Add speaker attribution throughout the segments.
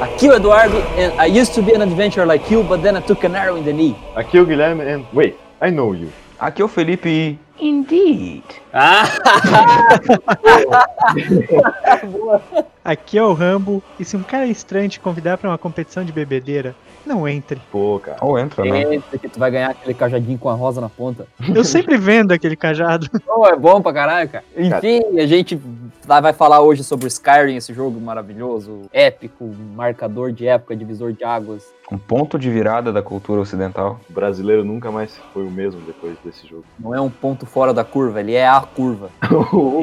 Speaker 1: Aqui o Eduardo, and I used to be an adventurer like you, but then I took an arrow in the knee.
Speaker 2: Aqui é o Guilherme and... Wait, I know you.
Speaker 3: Aqui é o Felipe e.
Speaker 4: Indeed.
Speaker 1: Ah!
Speaker 5: Aqui é o Rambo, e se um cara estranho te convidar pra uma competição de bebedeira, não entre.
Speaker 2: Pô, cara.
Speaker 3: Ou entra,
Speaker 2: É.
Speaker 3: né?
Speaker 1: Eita, que tu vai ganhar aquele cajadinho com a rosa na ponta.
Speaker 5: Eu sempre vendo aquele cajado.
Speaker 1: Oh, é bom pra caralho, cara. Enfim, a gente tá- vai falar hoje sobre o Skyrim, esse jogo maravilhoso, épico, marcador de época, divisor de águas.
Speaker 3: Um ponto de virada da cultura ocidental.
Speaker 2: O brasileiro nunca mais foi o mesmo depois desse jogo.
Speaker 1: Não é um ponto fora da curva, ele é a curva.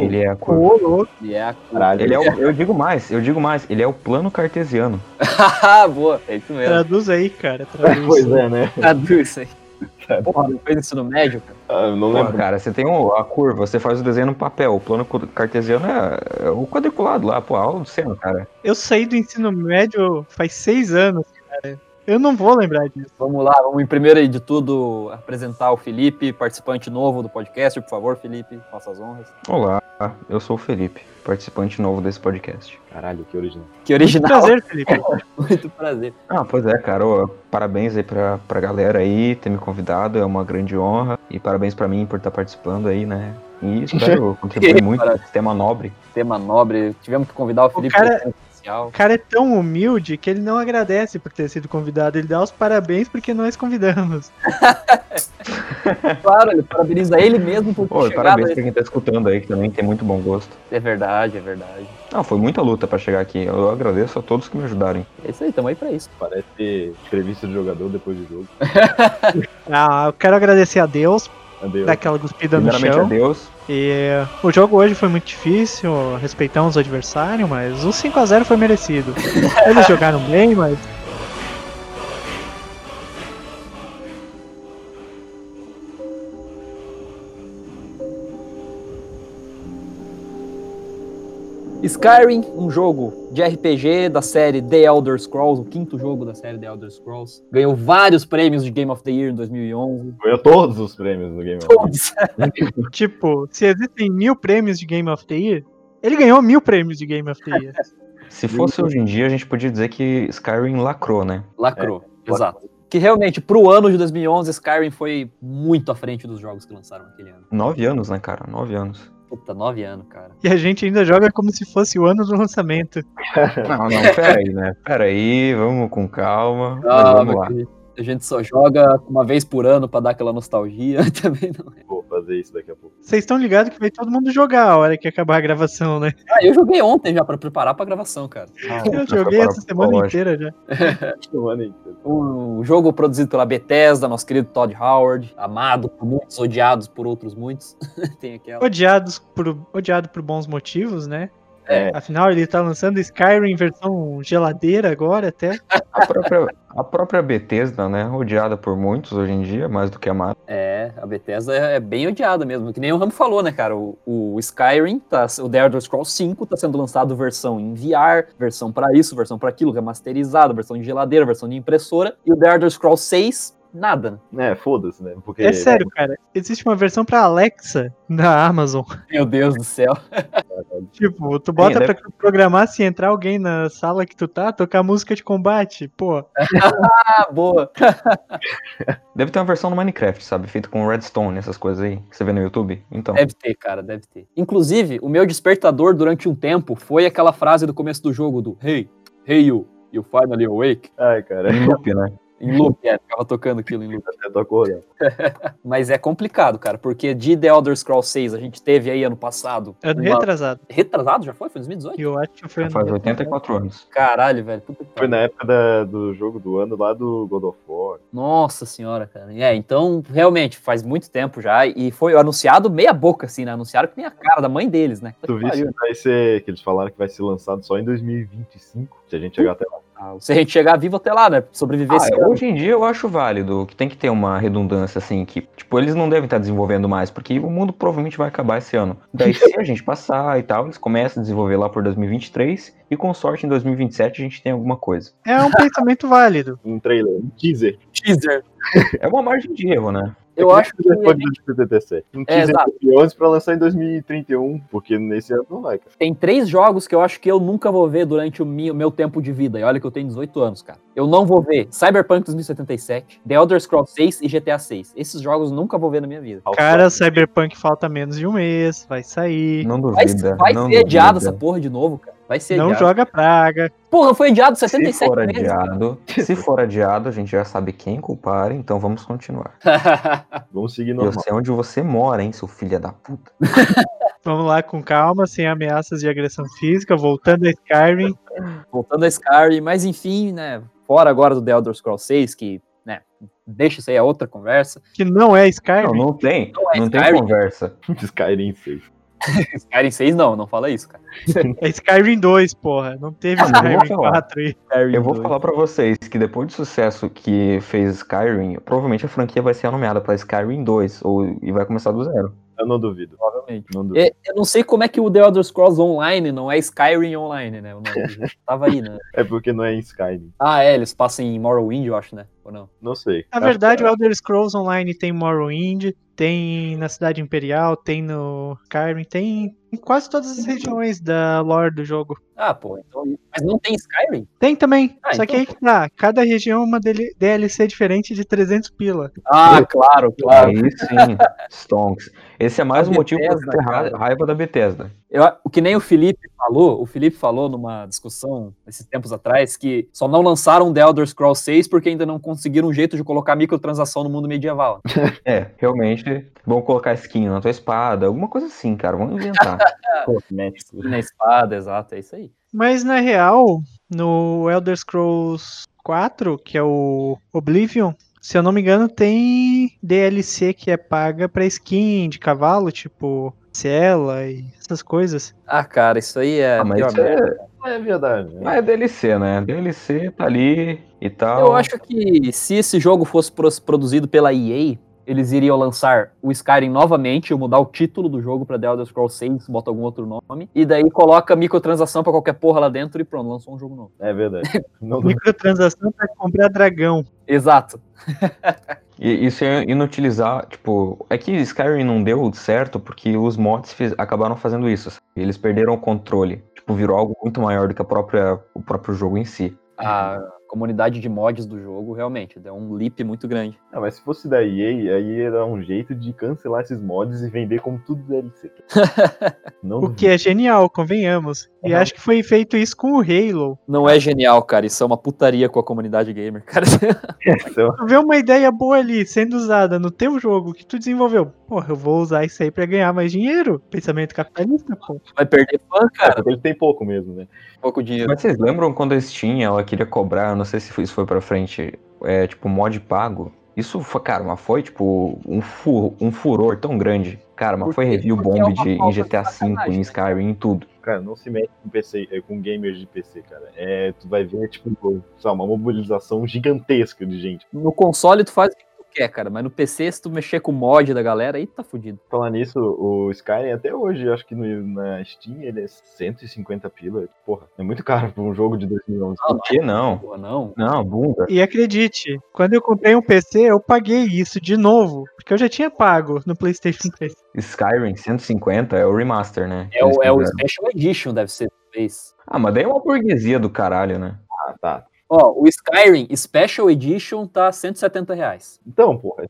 Speaker 3: Ele é a cor.
Speaker 5: Ô, louco.
Speaker 1: Ele é a curva.
Speaker 2: Caralho.
Speaker 3: Ele é o, eu digo mais, eu digo mais, ele é o plano cartesiano.
Speaker 1: Ah, boa, é isso mesmo.
Speaker 5: Traduz aí, cara. Traduz.
Speaker 2: Pois é, né?
Speaker 1: Traduz Tá isso aí. Porra, não fez ensino médio, cara.
Speaker 2: Ah, eu não
Speaker 3: Pô,
Speaker 2: lembro.
Speaker 3: cara, você tem um- a curva, você faz o desenho no papel. O plano cu- cartesiano é, é o quadriculado lá, pô, a aula do Senna, cara.
Speaker 5: Eu saí do ensino médio faz seis anos, cara. Eu não vou lembrar disso.
Speaker 1: Vamos lá, vamos em primeiro de tudo apresentar o Felipe, participante novo do podcast. Por favor, Felipe, faça as honras.
Speaker 3: Olá, eu sou o Felipe, participante novo desse podcast.
Speaker 2: Caralho, que original.
Speaker 1: Que original.
Speaker 5: Prazer, Felipe.
Speaker 1: Muito prazer.
Speaker 3: Ah, pois é, cara, ó, parabéns aí pra, pra galera aí ter me convidado, é uma grande honra. E parabéns pra mim por estar participando aí, né? E espero contribuir muito para esse tema nobre.
Speaker 1: Tema nobre. Tivemos que convidar o Felipe para
Speaker 5: cara-
Speaker 1: o especial.
Speaker 5: O cara é tão humilde que ele não agradece por ter sido convidado. Ele dá os parabéns porque nós convidamos.
Speaker 1: Claro, ele parabeniza ele mesmo por ter
Speaker 3: Pô, e
Speaker 1: chegado.
Speaker 3: parabéns
Speaker 1: a
Speaker 3: pra quem tá escutando aí, que também tem muito bom gosto.
Speaker 1: esse- É verdade, é verdade.
Speaker 3: Não, foi muita luta pra chegar aqui. Eu agradeço a todos que me ajudaram.
Speaker 1: É isso aí, tamo aí pra isso.
Speaker 2: Parece entrevista de jogador depois do jogo.
Speaker 5: Ah, eu quero agradecer a Deus
Speaker 2: Adeus.
Speaker 5: daquela cuspida no
Speaker 3: Primeiramente, a
Speaker 5: chão.
Speaker 3: Deus.
Speaker 5: E o jogo hoje foi muito difícil, respeitamos o adversário, mas o 5 a 0 foi merecido. Eles jogaram bem, mas
Speaker 1: Skyrim, um jogo de RPG da série The Elder Scrolls, o quinto jogo da série The Elder Scrolls. Ganhou vários prêmios de Game of the Year em 2011.
Speaker 2: Ganhou todos os prêmios do Game of
Speaker 1: Todos.
Speaker 5: tipo, se existem mil prêmios de Game of the Year, ele ganhou mil prêmios de Game of the Year.
Speaker 3: Se fosse hoje em dia, a gente podia dizer que Skyrim lacrou, né?
Speaker 1: Lacrou, exato. Que realmente, pro ano de 2011, Skyrim foi muito à frente dos jogos que lançaram naquele ano.
Speaker 3: Nove anos, né, cara? Nove anos.
Speaker 1: Puta, nove anos, cara.
Speaker 5: E a gente ainda joga como se fosse o ano do lançamento.
Speaker 3: Não, não, peraí, né? Peraí, vamos com calma. Ah, mas vamos lá.
Speaker 1: A gente só joga uma vez por ano pra dar aquela nostalgia também. né? Não.
Speaker 2: the Year. Vou fazer isso daqui a pouco.
Speaker 5: Vocês estão ligados que vai todo mundo jogar a hora que acabar a gravação, né?
Speaker 1: Ah, eu joguei ontem já pra preparar pra gravação, cara.
Speaker 5: Eu joguei essa semana inteira já.
Speaker 2: Mano, então.
Speaker 1: Um jogo produzido pela Bethesda, nosso querido Todd Howard, amado por muitos, odiados por outros muitos. Tem aquela.
Speaker 5: Odiados por, odiado por bons motivos, né?
Speaker 2: É.
Speaker 5: Afinal, ele tá lançando Skyrim versão geladeira agora até.
Speaker 3: A própria, a própria Bethesda, né? Odiada por muitos hoje em dia, mais do que amada.
Speaker 1: É, a Bethesda é bem odiada mesmo, que nem o Ramo falou, né, cara? O, o Skyrim, tá, o The Elder Scrolls 5 tá sendo lançado versão em VR, versão pra isso, versão pra aquilo, remasterizada, versão de geladeira, versão de impressora, e o The Elder Scrolls 6, nada. né?
Speaker 2: É, foda-se, né? Porque
Speaker 5: É sério, cara. Existe uma versão pra Alexa na Amazon.
Speaker 1: Meu Deus do céu.
Speaker 5: Tipo, tu bota
Speaker 3: né?
Speaker 5: pra programar se entrar alguém na sala que tu tá, tocar música de combate. Pô,
Speaker 1: Ah, boa.
Speaker 3: Deve ter uma versão no Minecraft, sabe? Feito com Redstone, essas coisas aí que você vê no YouTube. Então,
Speaker 1: Deve ter, cara, deve ter. Inclusive, o meu despertador durante um tempo foi aquela frase do começo do jogo do Hey, hey you, you finally awake.
Speaker 2: Ai, cara,
Speaker 3: em loop, né?
Speaker 1: Em loop, é, ficava tocando aquilo em loop.
Speaker 2: até tô acordando.
Speaker 1: Mas é complicado, cara, porque de The Elder Scrolls 6 a gente teve aí ano passado.
Speaker 5: ano
Speaker 1: uma-
Speaker 5: é retrasado.
Speaker 1: Retrasado já foi? Foi 2018?
Speaker 5: Eu acho que foi
Speaker 3: Já
Speaker 5: ano
Speaker 3: faz
Speaker 5: retrasado.
Speaker 3: 84 anos.
Speaker 1: Caralho, velho. Puta que
Speaker 2: Foi
Speaker 1: pariu.
Speaker 2: né? na época da- do jogo do ano lá do God of War.
Speaker 1: Nossa senhora, cara. É, então, realmente, faz muito tempo já. E foi anunciado meia boca, assim, né? Anunciaram que nem a cara da mãe deles, né? Puta
Speaker 2: Tu
Speaker 1: que
Speaker 2: viu
Speaker 1: pariu.
Speaker 2: que vai ser. Que eles falaram que vai ser lançado só em 2025. Se a gente chegar até lá.
Speaker 1: Ah, Se a gente chegar vivo até lá, né? Sobreviver
Speaker 3: Ah,
Speaker 1: esse
Speaker 3: é,
Speaker 1: ano.
Speaker 3: hoje em dia eu acho válido que tem que ter uma redundância, assim, que, tipo, eles não devem estar desenvolvendo mais, porque o mundo provavelmente vai acabar esse ano. Daí, se a gente passar e tal, eles começam a desenvolver lá por 2023, e com sorte em 2027 a gente tem alguma coisa.
Speaker 5: É um pensamento válido.
Speaker 2: Um trailer, um teaser.
Speaker 1: Teaser.
Speaker 3: É uma margem de erro, né?
Speaker 1: Eu acho que.
Speaker 2: Depois do DPTC. Não
Speaker 1: É,
Speaker 2: quis em
Speaker 1: exato.
Speaker 2: 2011 pra lançar em 2031, porque nesse ano não vai, cara.
Speaker 1: Tem três jogos que eu acho que eu nunca vou ver durante o mi- meu tempo de vida. E olha que eu tenho 18 anos, cara. Eu não vou ver Cyberpunk 2077, The Elder Scrolls 6 e GTA 6. Esses jogos eu nunca vou ver na minha vida.
Speaker 2: um
Speaker 5: Cara, Cyberpunk falta menos de um mês, vai sair.
Speaker 3: Não
Speaker 1: Vai,
Speaker 3: duvida.
Speaker 1: vai
Speaker 3: não
Speaker 1: ser adiado
Speaker 3: duvida.
Speaker 1: essa porra de novo, cara. Vai ser
Speaker 5: Não
Speaker 1: adiado.
Speaker 5: joga praga.
Speaker 1: Porra, foi adiado
Speaker 3: Se
Speaker 1: 77
Speaker 3: for
Speaker 1: vezes. cara.
Speaker 3: adiado, se for adiado, a gente já sabe quem culpar, então vamos continuar.
Speaker 1: Tá
Speaker 2: Vamos seguir
Speaker 3: Eu
Speaker 2: normal.
Speaker 3: sei onde você mora, hein, seu filho da puta.
Speaker 5: Vamos lá com calma, sem ameaças de agressão física, voltando a Skyrim.
Speaker 1: Voltando a Skyrim, mas enfim, né? Fora agora do The Elder Scrolls 6, que, né? Deixa isso aí, é outra conversa.
Speaker 5: que não é Skyrim.
Speaker 3: Não, não tem.
Speaker 1: Não é
Speaker 3: Não tem
Speaker 1: Skyrim.
Speaker 3: conversa.
Speaker 2: Skyrim 6.
Speaker 1: Skyrim 6 não, não fala isso, cara.
Speaker 5: É Skyrim 2, porra. Não teve
Speaker 3: Ah, não vou
Speaker 5: Skyrim
Speaker 3: falar.
Speaker 5: 4 aí.
Speaker 1: Skyrim
Speaker 3: Eu vou
Speaker 1: 2.
Speaker 3: falar pra vocês que depois do sucesso que fez Skyrim, provavelmente a franquia vai ser nomeada pra Skyrim 2 ou, e vai começar do zero.
Speaker 2: Eu não duvido.
Speaker 1: Provavelmente.
Speaker 2: Não duvido.
Speaker 1: É, Eu não sei como é que o The Elder Scrolls Online não é Skyrim Online, né? O nome tava aí, né?
Speaker 2: É porque não é em Skyrim.
Speaker 1: Ah, é, eles passam em Morrowind, eu acho, né? Ou não?
Speaker 2: Não sei.
Speaker 5: Na
Speaker 2: Acho
Speaker 5: verdade,
Speaker 2: que
Speaker 5: o Elder Scrolls Online tem Morrowind, tem na Cidade Imperial, tem no Skyrim, tem em quase todas as regiões da lore do jogo.
Speaker 1: Ah, pô, então. Mas não tem Skyrim?
Speaker 5: Tem também,
Speaker 1: Ah,
Speaker 5: só
Speaker 1: então,
Speaker 5: que aí que tá, cada região é uma DL- DLC diferente de 300 pila.
Speaker 1: Ah, claro, claro.
Speaker 3: Aí sim, Stonks. Esse é mais
Speaker 1: A
Speaker 3: um motivo pra
Speaker 1: Bethesda,
Speaker 3: ter ra-
Speaker 1: cara.
Speaker 3: raiva da Bethesda.
Speaker 1: Eu, o que nem o Felipe falou, o Felipe falou numa discussão esses tempos atrás que só não lançaram The Elder Scrolls 6 porque ainda não conseguiram um jeito de colocar microtransação no mundo medieval.
Speaker 3: É, realmente, vão colocar skin na tua espada, alguma coisa assim, cara. Vamos inventar.
Speaker 1: E na espada, exato, é isso aí.
Speaker 5: Mas na real, no Elder Scrolls 4, que é o Oblivion, se eu não me engano, tem DLC que é paga pra skin de cavalo, tipo cela e essas coisas.
Speaker 1: Ah, cara, isso aí é.
Speaker 3: Ah, mas
Speaker 1: pior
Speaker 3: isso é-
Speaker 1: merda.
Speaker 2: É verdade. né?
Speaker 3: Mas é DLC, né? DLC tá ali e tal.
Speaker 1: Eu acho que se esse jogo fosse pros- produzido pela EA, eles iriam lançar o Skyrim novamente, mudar o título do jogo pra The Elder Scrolls 6, bota algum outro nome, e daí coloca microtransação pra qualquer porra lá dentro e pronto, lançou um jogo novo.
Speaker 2: É verdade. Não duvido.
Speaker 5: Microtransação pra comprar dragão.
Speaker 1: Exato.
Speaker 3: E isso é inutilizar, tipo, é que Skyrim não deu certo porque os mods fiz- acabaram fazendo isso. sabe? Eles perderam o controle. Tipo, virou algo muito maior do que a própria, o próprio jogo em si.
Speaker 1: A comunidade de mods do jogo realmente deu um leap muito grande.
Speaker 2: Não, Ah, mas se fosse da EA, aí era um jeito de cancelar esses mods e vender como tudo DLC. Não
Speaker 5: O que é genial, convenhamos. E acho que foi feito isso com o Halo.
Speaker 1: Não é genial, cara, isso é uma putaria com a comunidade gamer, cara.
Speaker 2: duvido.
Speaker 5: Tu vê uma ideia boa ali sendo usada no teu jogo que tu desenvolveu. Porra, eu vou usar isso aí pra ganhar mais dinheiro. Pensamento capitalista, pô.
Speaker 1: Vai perder fã,
Speaker 2: É,
Speaker 1: cara, um
Speaker 2: porque ele tem pouco mesmo, né?
Speaker 1: pouco dinheiro.
Speaker 3: Mas vocês lembram quando a Steam, ela queria cobrar, não sei se foi- isso foi pra frente, é, tipo, mod pago? Isso, foi, cara, mas foi, tipo, um, fu- um furor tão grande. Cara, mas
Speaker 1: Por
Speaker 3: foi
Speaker 1: quê?
Speaker 3: review
Speaker 1: Porque
Speaker 3: bomb
Speaker 1: é uma
Speaker 3: de, em
Speaker 1: falta de
Speaker 3: GTA V,
Speaker 1: sacanagem,
Speaker 3: em
Speaker 1: né?
Speaker 3: Skyrim, em tudo.
Speaker 2: Cara, não se mete com PC, é, com gamers de PC, cara. É, tu vai ver, tipo, sei lá, uma mobilização gigantesca de gente.
Speaker 1: No console tu faz o que tu quer, cara, mas no PC se tu mexer com o mod da galera, aí tu tá fudido.
Speaker 2: Falar nisso, o Skyrim até hoje, acho que no- na Steam ele é 150 pila. Porra, é muito caro pra um jogo de 2011.
Speaker 3: Por
Speaker 1: é.
Speaker 3: que não?
Speaker 1: Pô, não.
Speaker 3: Não, bunda.
Speaker 5: E acredite, quando eu comprei um PC, eu paguei isso de novo. Porque eu já tinha pago no PlayStation 3.
Speaker 3: Skyrim 150 é o remaster, né? que
Speaker 1: É
Speaker 3: eles
Speaker 1: o, é o
Speaker 3: fizeram.
Speaker 1: Special Edition, deve ser, talvez.
Speaker 3: Ah, mas daí é uma burguesia do caralho, né?
Speaker 2: Ah, tá.
Speaker 1: Ó, o Skyrim Special Edition tá R$ 170 reais.
Speaker 2: Então, porra,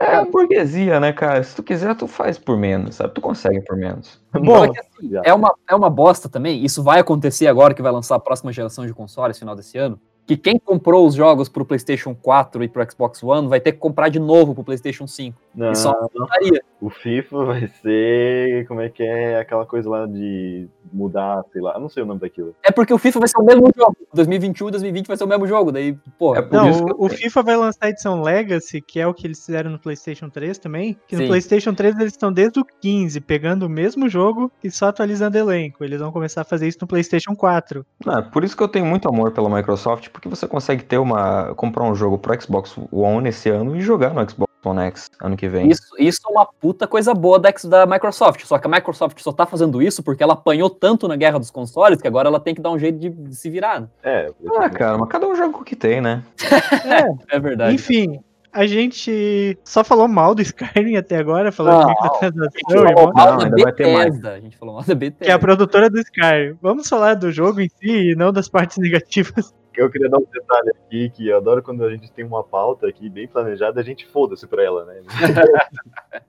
Speaker 3: É a burguesia, né, cara? Se tu quiser, tu faz por menos, sabe? Tu consegue por menos.
Speaker 1: Só
Speaker 5: Bom,
Speaker 1: que, assim, é, uma, é uma bosta também. Isso vai acontecer agora que vai lançar a próxima geração de consoles, final desse ano. Que quem comprou os jogos pro PlayStation 4 e pro Xbox One vai ter que comprar de novo pro PlayStation 5.
Speaker 2: não,
Speaker 1: Isso é uma putaria.
Speaker 2: o FIFA vai ser, como é que é, aquela coisa lá de mudar, sei lá, eu não sei o nome daquilo.
Speaker 1: É porque o FIFA vai ser o mesmo jogo. 2021 e 2020 vai ser o mesmo jogo. Daí, porra.
Speaker 3: É por
Speaker 5: não,
Speaker 3: isso que eu-
Speaker 5: o, o FIFA vai lançar a edição Legacy, que é o que eles fizeram no PlayStation 3 também. Que
Speaker 1: Sim.
Speaker 5: no PlayStation 3 eles estão desde o 15 pegando o mesmo jogo e só atualizando elenco. Eles vão começar a fazer isso no PlayStation 4.
Speaker 3: Não, é por isso que eu tenho muito amor pela Microsoft, porque você consegue ter uma. comprar um jogo pro Xbox One esse ano e jogar no Xbox One X ano que vem.
Speaker 1: Isso, isso é uma puta coisa boa da, X- da Microsoft. Só que a Microsoft só tá fazendo isso porque ela apanhou tanto na guerra dos consoles que agora ela tem que dar um jeito de se virar. né?
Speaker 2: É,
Speaker 3: Ah, cara, mas cada um joga o que tem, né?
Speaker 5: É,
Speaker 1: É verdade.
Speaker 5: enfim. A gente só falou mal do Skyrim até agora,
Speaker 1: Não,
Speaker 5: falando de microtransação e
Speaker 1: falou
Speaker 5: mal,
Speaker 1: mal da
Speaker 3: ainda vai ter mais.
Speaker 1: Bethesda. A gente falou mal da Bethesda.
Speaker 5: que é a produtora do Skyrim. Vamos falar do jogo em si e não das partes negativas.
Speaker 2: Eu queria dar um detalhe aqui, que eu adoro quando a gente tem uma pauta aqui bem planejada, a gente foda-se pra ela, né?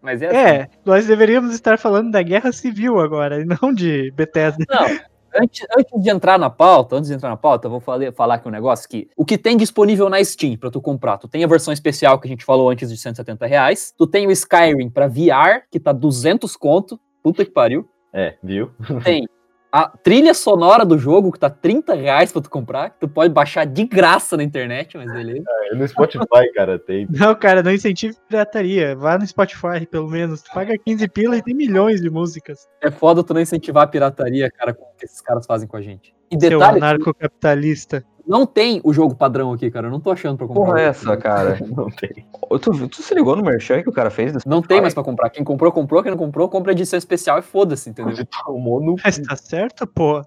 Speaker 1: Mas é, assim.
Speaker 5: É, nós deveríamos estar falando da guerra civil agora, e não de Bethesda.
Speaker 1: Não, antes, antes de entrar na pauta, antes de entrar na pauta, eu vou fale- falar aqui um negócio que o que tem disponível na Steam pra tu comprar, tu tem a versão especial que a gente falou antes de 170 reais, tu tem o Skyrim pra VR, que tá 200 conto, puta que pariu,
Speaker 2: É, viu?
Speaker 1: tem a trilha sonora do jogo, que tá 30 reais pra tu comprar, que tu pode baixar de graça na internet, mas beleza.
Speaker 2: É, No Spotify, cara, tem.
Speaker 5: Não, cara, não incentive pirataria. Vá no Spotify, pelo menos. Tu paga 15 pila e tem milhões de músicas.
Speaker 1: É foda tu não incentivar a pirataria, cara, como que esses caras fazem com a gente. E
Speaker 5: Seu
Speaker 1: detalhe,
Speaker 5: anarcocapitalista.
Speaker 1: não tem o jogo padrão aqui, cara, eu não tô achando pra comprar.
Speaker 3: Porra, é essa, cara.
Speaker 2: Não tem.
Speaker 3: Ô, Tu, tu se ligou no merchan que o cara fez?
Speaker 1: Não tem mais pra comprar. Quem comprou, comprou. Quem não comprou, compra edição especial e foda-se, entendeu?
Speaker 2: Você tomou no.
Speaker 5: Mas tá certo, pô.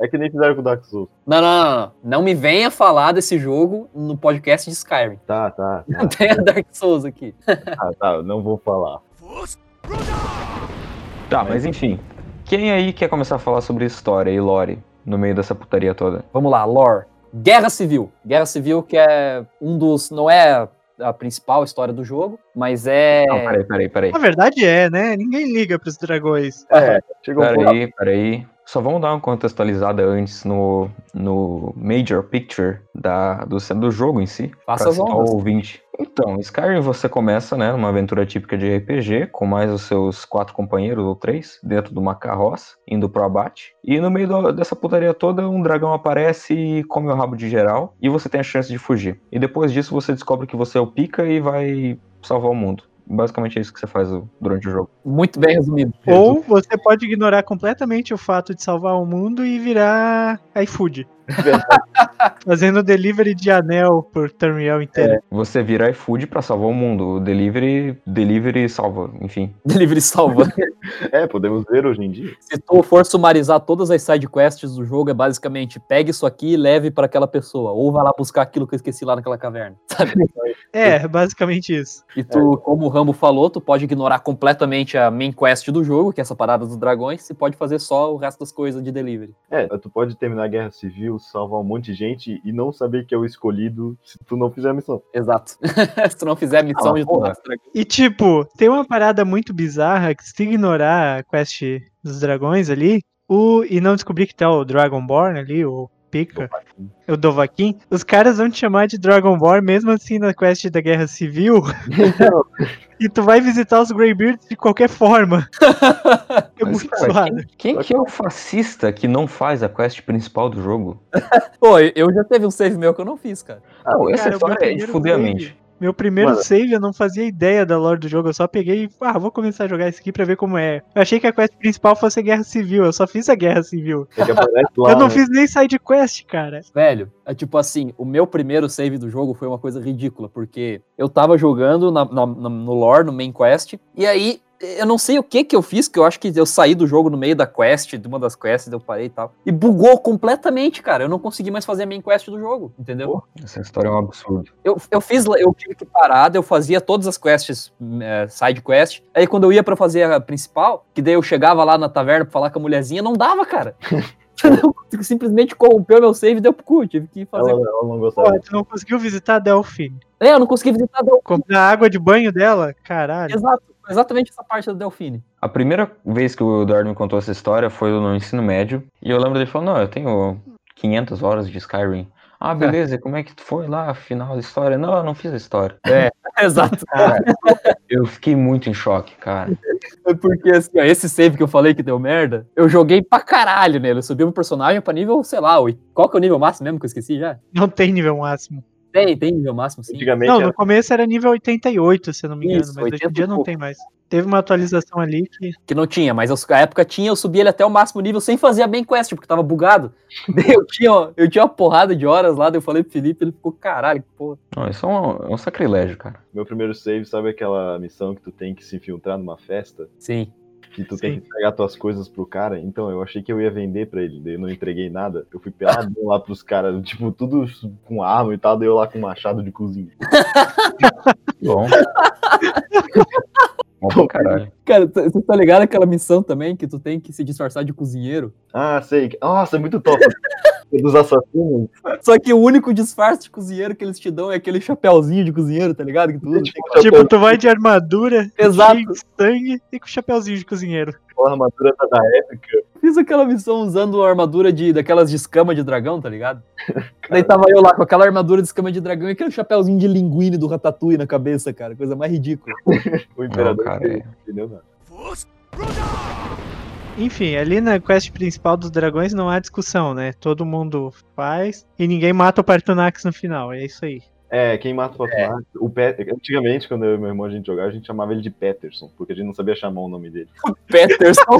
Speaker 2: É que nem fizeram com o Dark Souls.
Speaker 1: Não, não, não, não. Não me venha falar desse jogo no podcast de Skyrim.
Speaker 2: Tá, tá,
Speaker 3: Ah.
Speaker 1: Não tem a Dark Souls aqui.
Speaker 2: tá, tá, não vou falar.
Speaker 1: É.
Speaker 3: Tá, mas enfim. Quem aí quer começar a falar sobre história e lore no meio dessa putaria toda?
Speaker 1: Vamos lá, lore. Guerra Civil. Guerra Civil que é um dos... Não é a principal história do jogo, mas é...
Speaker 3: Não, peraí, peraí, peraí.
Speaker 5: Na verdade é, né? Ninguém liga pros dragões.
Speaker 2: É, chegou um pouco.
Speaker 3: Peraí, peraí. Só vamos dar uma contextualizada antes no, no major picture da, do, do jogo em si.
Speaker 1: Faça
Speaker 3: pra
Speaker 1: as
Speaker 3: situar
Speaker 1: honras.
Speaker 3: o ouvinte. Então, Skyrim você começa, né, uma aventura típica de RPG, com mais os seus quatro companheiros ou três, dentro de uma carroça, indo pro abate. E no meio do- dessa putaria toda, um dragão aparece e come o rabo de geral, e você tem a chance de fugir. E depois disso você descobre que você é o pica e vai salvar o mundo. Basicamente é isso que você faz o- durante o jogo.
Speaker 1: Muito bem resumido.
Speaker 5: Ou você pode ignorar completamente o fato de salvar o mundo e virar iFood. Fazendo delivery de anel por terminal inteiro.
Speaker 3: Você vira iFood pra salvar o mundo. O delivery, delivery salva, enfim.
Speaker 1: Delivery salva.
Speaker 2: É, podemos ver hoje em dia.
Speaker 1: Se tu for sumarizar todas as sidequests do jogo, é basicamente pegue isso aqui e leve pra aquela pessoa. Ou vai lá buscar aquilo que eu esqueci lá naquela caverna. Sabe?
Speaker 5: É, basicamente isso.
Speaker 1: E
Speaker 3: É.
Speaker 1: tu, como o Rambo falou, tu pode ignorar completamente a main quest do jogo, que é essa parada dos dragões, e pode fazer só o resto das coisas de delivery.
Speaker 2: É, tu pode terminar a guerra civil, salvar um monte de gente e não saber que é o escolhido se tu não fizer a missão.
Speaker 1: Exato. Se tu não fizer a missão
Speaker 3: Ah,
Speaker 1: de tu
Speaker 3: porra.
Speaker 1: matar os dragões.
Speaker 5: E tipo, tem uma parada muito bizarra que se tu ignorar a quest dos dragões ali, o, e não descobrir que tá o Dragonborn ali, o Pika, o Dovahkiin, os caras vão te chamar de Dragonborn mesmo assim na quest da Guerra Civil. e tu vai visitar os Greybeards de qualquer forma. É
Speaker 3: Mas,
Speaker 5: muito
Speaker 3: cara,
Speaker 5: zoado.
Speaker 3: Quem que é o fascista que não faz a quest principal do jogo?
Speaker 1: Pô, eu já teve um save meu que eu não fiz, cara.
Speaker 3: Não, essa
Speaker 5: Ah, cara, o
Speaker 3: história
Speaker 5: meu
Speaker 3: é de
Speaker 5: primeiro
Speaker 3: fuder a
Speaker 5: save-
Speaker 3: mente.
Speaker 5: Meu primeiro
Speaker 2: Mano.
Speaker 5: save eu não fazia ideia da lore do jogo, eu só peguei e, ah, vou começar a jogar isso aqui pra ver como é. Eu achei que a quest principal fosse a Guerra Civil, eu só fiz a Guerra Civil.
Speaker 2: É que aparece lá,
Speaker 5: eu não
Speaker 2: né?
Speaker 5: fiz nem side quest, cara.
Speaker 1: Velho, é tipo assim, o meu primeiro save do jogo foi uma coisa ridícula, porque eu tava jogando na- na- na- no lore, no main quest, e aí eu não sei o que que eu fiz, que eu acho que eu saí do jogo no meio da quest, de uma das quests, eu parei e tal, e bugou completamente, cara. Eu não consegui mais fazer a main quest do jogo, entendeu?
Speaker 3: Essa história é um absurdo.
Speaker 1: Eu, eu fiz, eu tive que parar, daí eu fazia todas as quests, eh, side quest. Aí quando eu ia pra fazer a principal, que daí eu chegava lá na taverna pra falar com a mulherzinha, não dava, cara. Entendeu? Simplesmente corrompeu meu save e deu pro cu. Tive que
Speaker 2: Ela,
Speaker 1: fazer.
Speaker 2: ela não
Speaker 5: Pô,
Speaker 2: gostava.
Speaker 5: tu não conseguiu visitar a Delphine.
Speaker 1: É, eu não consegui visitar a Delphine.
Speaker 5: Comprar a água de banho dela? Caralho.
Speaker 1: Exato, foi exatamente essa parte da Delphine.
Speaker 3: A primeira vez que o Eduardo me contou essa história foi no ensino médio. E eu lembro dele falando, não, eu tenho 500 horas de Skyrim. Ah, beleza, e como é que tu foi lá, final da história? Não, eu não fiz a história.
Speaker 5: É.
Speaker 1: Exato.
Speaker 3: Eu fiquei muito em choque, cara.
Speaker 1: É Porque assim, ó, esse save que eu falei que deu merda, eu joguei pra caralho nele. Eu subi meu personagem pra nível, sei lá, oi- qual que é o nível máximo mesmo que eu esqueci já?
Speaker 5: Não tem nível máximo.
Speaker 1: Tem, tem nível máximo, sim.
Speaker 2: Antigamente
Speaker 5: Não,
Speaker 2: era-
Speaker 5: no começo era nível 88, se eu não me engano,
Speaker 1: Isso,
Speaker 5: mas hoje
Speaker 1: 80
Speaker 5: em
Speaker 1: e
Speaker 5: dia não
Speaker 1: pouco.
Speaker 5: tem mais. Teve uma atualização ali que.
Speaker 1: Que não tinha, mas eu, a época tinha, eu subi ele até o máximo nível sem fazer a main quest, porque tava bugado. Daí eu tinha, ó, eu tinha uma porrada de horas lá, daí eu falei pro Felipe, ele ficou, caralho, que porra.
Speaker 3: Não, isso é um, é um sacrilégio, cara.
Speaker 2: Meu primeiro save, sabe aquela missão que tu tem que se infiltrar numa festa?
Speaker 1: Sim.
Speaker 2: que tu
Speaker 5: Sim.
Speaker 2: tem que entregar tuas coisas pro cara. Então, eu achei que eu ia vender pra ele, daí eu não entreguei nada. Eu fui peladão lá pros caras, tipo, tudo com arma e tal, daí eu lá com machado de cozinha.
Speaker 3: Bom. Bom pra caralho.
Speaker 1: Cara, tu- tu tá ligado aquela missão também que tu tem que se disfarçar de cozinheiro?
Speaker 2: Ah, sei. Nossa, é muito top. Dos assassinos.
Speaker 1: Só que o único disfarce de cozinheiro que eles te dão é aquele chapéuzinho de cozinheiro, tá ligado? Que tu usa.
Speaker 2: Tipo,
Speaker 5: Tipo, tu vai de armadura,
Speaker 1: Exato.
Speaker 5: cheio de sangue e com o chapéuzinho de cozinheiro.
Speaker 2: a armadura da época.
Speaker 1: Fiz aquela missão usando a armadura de, daquelas de escama de dragão, tá ligado? Daí tava eu lá com aquela armadura de escama de dragão e aquele chapéuzinho de linguine do Ratatouille na cabeça, cara. Coisa mais ridícula.
Speaker 2: O
Speaker 3: Não,
Speaker 2: imperador.
Speaker 3: cara, é.
Speaker 2: não entendeu nada.
Speaker 5: Enfim, ali na quest principal dos dragões não há discussão, né? Todo mundo faz e ninguém mata o Partunax no final, é isso aí.
Speaker 2: É, quem mata o Patronato, o Pe- antigamente, quando eu e meu irmão a gente jogava, a gente chamava ele de Peterson, porque a gente não sabia chamar o nome dele.
Speaker 1: Peterson.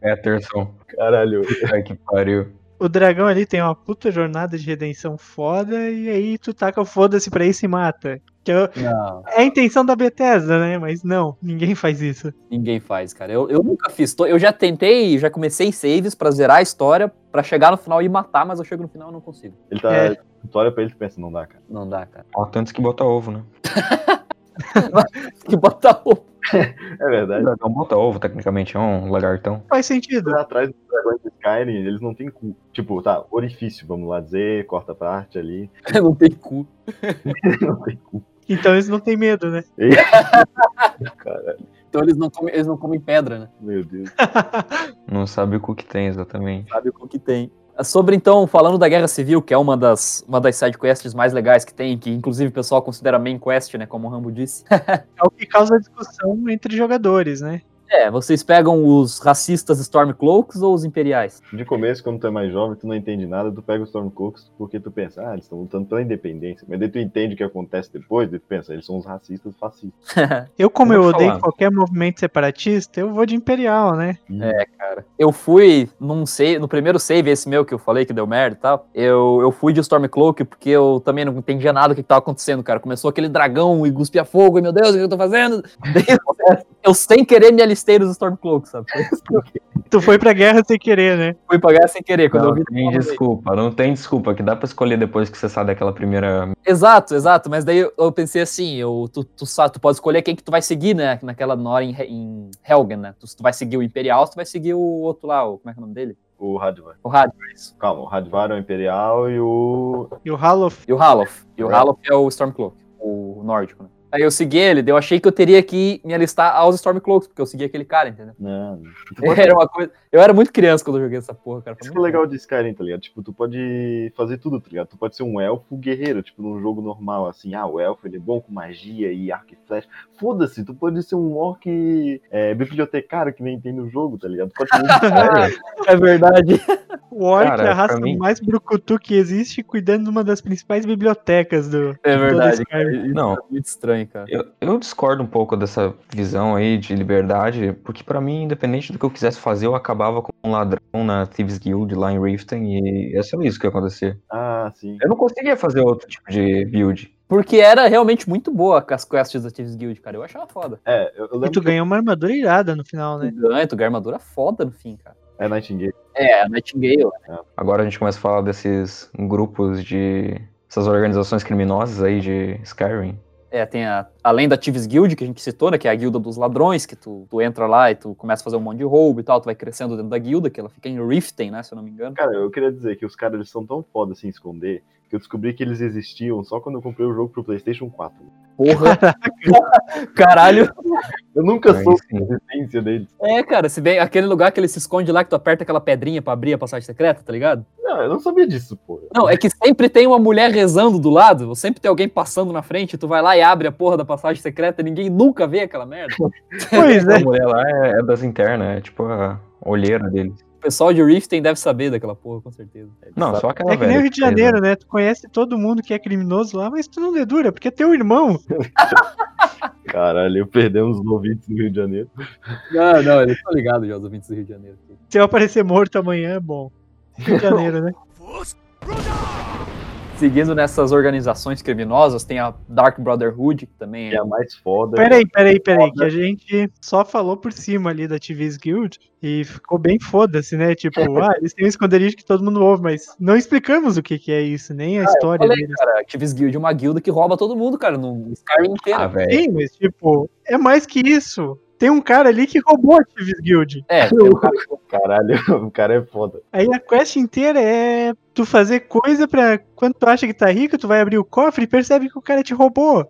Speaker 3: Peterson.
Speaker 2: Caralho,
Speaker 3: Ai, É, que pariu.
Speaker 5: O dragão ali tem uma puta jornada de redenção foda e aí tu taca o foda-se pra isso e mata. Que eu-
Speaker 1: Não,
Speaker 5: É a intenção da Bethesda, né? Mas não, ninguém faz isso.
Speaker 1: ninguém faz, cara. Eu, eu nunca fiz. Tô- Eu já tentei, já comecei saves pra zerar a história, pra chegar no final e matar, mas eu chego no final e não consigo.
Speaker 2: ele tá.
Speaker 5: É.
Speaker 2: Tu olha pra ele e tu pensa, não dá, cara.
Speaker 1: Não dá, cara.
Speaker 3: Ó, tantos que bota ovo, né?
Speaker 1: Tem que botar o
Speaker 2: É
Speaker 3: O
Speaker 2: verdade.
Speaker 3: dragão bota ovo, tecnicamente, é um lagartão.
Speaker 5: Faz sentido.
Speaker 2: Lá atrás dos dragões de Skyrim, eles não têm cu. Tipo, tá, orifício, vamos lá dizer, corta parte ali.
Speaker 1: não tem cu.
Speaker 2: não tem cu.
Speaker 5: Então eles não têm medo, né?
Speaker 2: Cara,
Speaker 1: Então eles não comem, eles não comem pedra, né?
Speaker 2: meu Deus.
Speaker 3: Não sabe o cu que tem exatamente.
Speaker 1: Sabe o que tem. Sobre, então, falando da Guerra Civil, que é uma das, uma das sidequests mais legais que tem, que inclusive o pessoal considera main quest, né? Como o Rambo disse.
Speaker 5: É o que causa discussão entre jogadores, né?
Speaker 1: É, vocês pegam os racistas Stormcloaks ou os imperiais?
Speaker 2: De começo, quando tu é mais jovem, tu não entende nada, tu pega os Stormcloaks porque tu pensa, ah, eles estão lutando pela independência. Mas daí tu entende o que acontece depois, daí tu pensa, eles são uns racistas fascistas.
Speaker 5: Eu, como eu,
Speaker 3: Eu vou
Speaker 5: odeio
Speaker 3: falar.
Speaker 5: qualquer movimento separatista, eu vou de Imperial, né?
Speaker 1: É, cara. Eu fui num save, no primeiro save, esse meu que eu falei que deu merda e tal. Eu, eu fui de Stormcloak porque eu também não entendia nada do que, que tava acontecendo, cara. Começou aquele dragão e cuspia fogo, e meu Deus, o que eu tô fazendo? Daí eu, eu sem querer me alistei nos Stormcloaks, sabe?
Speaker 5: Tu foi pra guerra sem querer, né?
Speaker 1: Fui pagar sem querer quando eu
Speaker 3: Não
Speaker 1: vi.
Speaker 3: tem desculpa, não tem desculpa, que dá pra escolher depois que você sai daquela primeira.
Speaker 1: Exato, exato. Mas daí eu- eu pensei assim, eu, tu, tu, sa- tu pode escolher quem que tu vai seguir, né? Naquela hora em, He- em Helgen, né? Tu, se tu vai seguir o Imperial, se tu vai seguir o outro lá, o, como é que é o nome dele?
Speaker 2: O Radvar.
Speaker 1: O Had
Speaker 2: Calma, o Radvar é o Imperial e o
Speaker 5: E o Hall of
Speaker 1: e o Halof. E o
Speaker 2: Right.
Speaker 1: Halof é o Stormcloak, o nórdico, né? Aí eu segui ele, daí eu achei que eu teria que me alistar aos Stormcloaks, porque eu segui aquele cara, entendeu?
Speaker 2: Não. Tu pode...
Speaker 1: Era uma coisa... Eu era muito criança quando eu joguei essa porra, cara.
Speaker 2: Isso que é legal de Skyrim, tá ligado? Tipo, tu pode fazer tudo, tá ligado? Tu pode ser um elfo guerreiro, tipo, num jogo normal, assim, ah, o elfo ele é bom com magia e arco e flecha. Foda-se, tu pode ser um orc é, bibliotecário que nem tem no jogo, tá ligado? Tu pode ser um
Speaker 3: Sério?
Speaker 1: É verdade.
Speaker 5: né? O Orc
Speaker 3: Cara,
Speaker 5: é
Speaker 3: pra
Speaker 5: a raça
Speaker 3: mim-
Speaker 5: mais brucutu que existe, cuidando de uma das principais bibliotecas do.
Speaker 1: É verdade.
Speaker 5: Todo Skyrim.
Speaker 3: Não,
Speaker 1: É muito estranho, cara.
Speaker 3: Eu, eu discordo um pouco dessa visão aí de liberdade, porque pra mim, independente do que eu quisesse fazer, eu acabava com um ladrão na Thieves Guild lá em Riften e é só isso que ia acontecer.
Speaker 2: Ah, sim.
Speaker 3: Eu não conseguia fazer outro tipo de build.
Speaker 1: Porque era realmente muito boa as quests da Thieves Guild, cara. Eu achava foda.
Speaker 2: É, eu, eu
Speaker 5: E
Speaker 2: lembro
Speaker 5: tu
Speaker 2: que
Speaker 5: ganhou uma armadura irada no final, né?
Speaker 1: Ganha, tu ganha armadura foda no fim, cara.
Speaker 2: é Nightingale.
Speaker 1: É, a Nightingale.
Speaker 3: Agora a gente começa a falar desses grupos de. essas organizações criminosas aí de Skyrim.
Speaker 1: É, tem a. Além da Thieves Guild, que a gente citou, né? Que é a guilda dos ladrões, que tu, tu entra lá e tu começa a fazer um monte de roubo e tal, tu vai crescendo dentro da guilda, que ela fica em Riften, né? Se eu não me engano.
Speaker 2: Cara, eu queria dizer que os caras eles são tão foda sem esconder que eu descobri que eles existiam só quando eu comprei o jogo pro PlayStation 4.
Speaker 1: Porra! Caralho!
Speaker 2: Eu nunca
Speaker 3: Aí
Speaker 2: soube
Speaker 3: sim.
Speaker 2: da existência deles.
Speaker 1: É, cara, se bem aquele lugar que ele se esconde lá, que tu aperta aquela pedrinha pra abrir a passagem secreta, tá ligado?
Speaker 2: Não, eu não sabia disso, pô.
Speaker 1: Não, é que sempre tem uma mulher rezando do lado, ou sempre tem alguém passando na frente, tu vai lá e abre a porra da passagem secreta e ninguém nunca vê aquela merda.
Speaker 5: Pois
Speaker 3: A
Speaker 5: é.
Speaker 3: mulher lá é, é das internas, é tipo a olheira deles.
Speaker 1: O pessoal de Riften deve saber daquela porra, com certeza.
Speaker 3: Não, só aquela
Speaker 5: É que
Speaker 3: velha.
Speaker 5: nem o Rio de
Speaker 3: fez, né?
Speaker 5: Janeiro, né? Tu conhece todo mundo que é criminoso lá, mas tu não dedura, porque é teu irmão.
Speaker 2: Caralho, perdemos os ouvintes do Rio de Janeiro.
Speaker 1: Não, não, eles estão ligados já, os ouvintes do Rio de Janeiro.
Speaker 5: Se eu aparecer morto amanhã, é bom. Rio de Janeiro, né?
Speaker 1: Seguindo nessas organizações criminosas, tem a Dark Brotherhood, que também
Speaker 2: Que é
Speaker 1: é.
Speaker 2: a mais foda.
Speaker 5: Peraí, peraí, peraí, que a gente só falou por cima ali da TV's Guild e ficou bem foda-se, né? Tipo, ah, eles têm um esconderijo que todo mundo ouve, mas não explicamos o que, que é isso, nem a história
Speaker 1: Olha aí,
Speaker 5: deles.
Speaker 1: cara, Activis Guild é uma guilda que rouba todo mundo, cara, no Skyrim inteiro.
Speaker 3: Ah, velho.
Speaker 5: Sim, mas tipo, é mais que isso. Tem um cara ali que roubou a TV's Guild.
Speaker 1: é, tem um cara que
Speaker 2: Caralho, o cara é foda.
Speaker 5: Aí a quest inteira é tu fazer coisa pra. Quando tu acha que tá rico, tu vai abrir o cofre e percebe que o cara te roubou.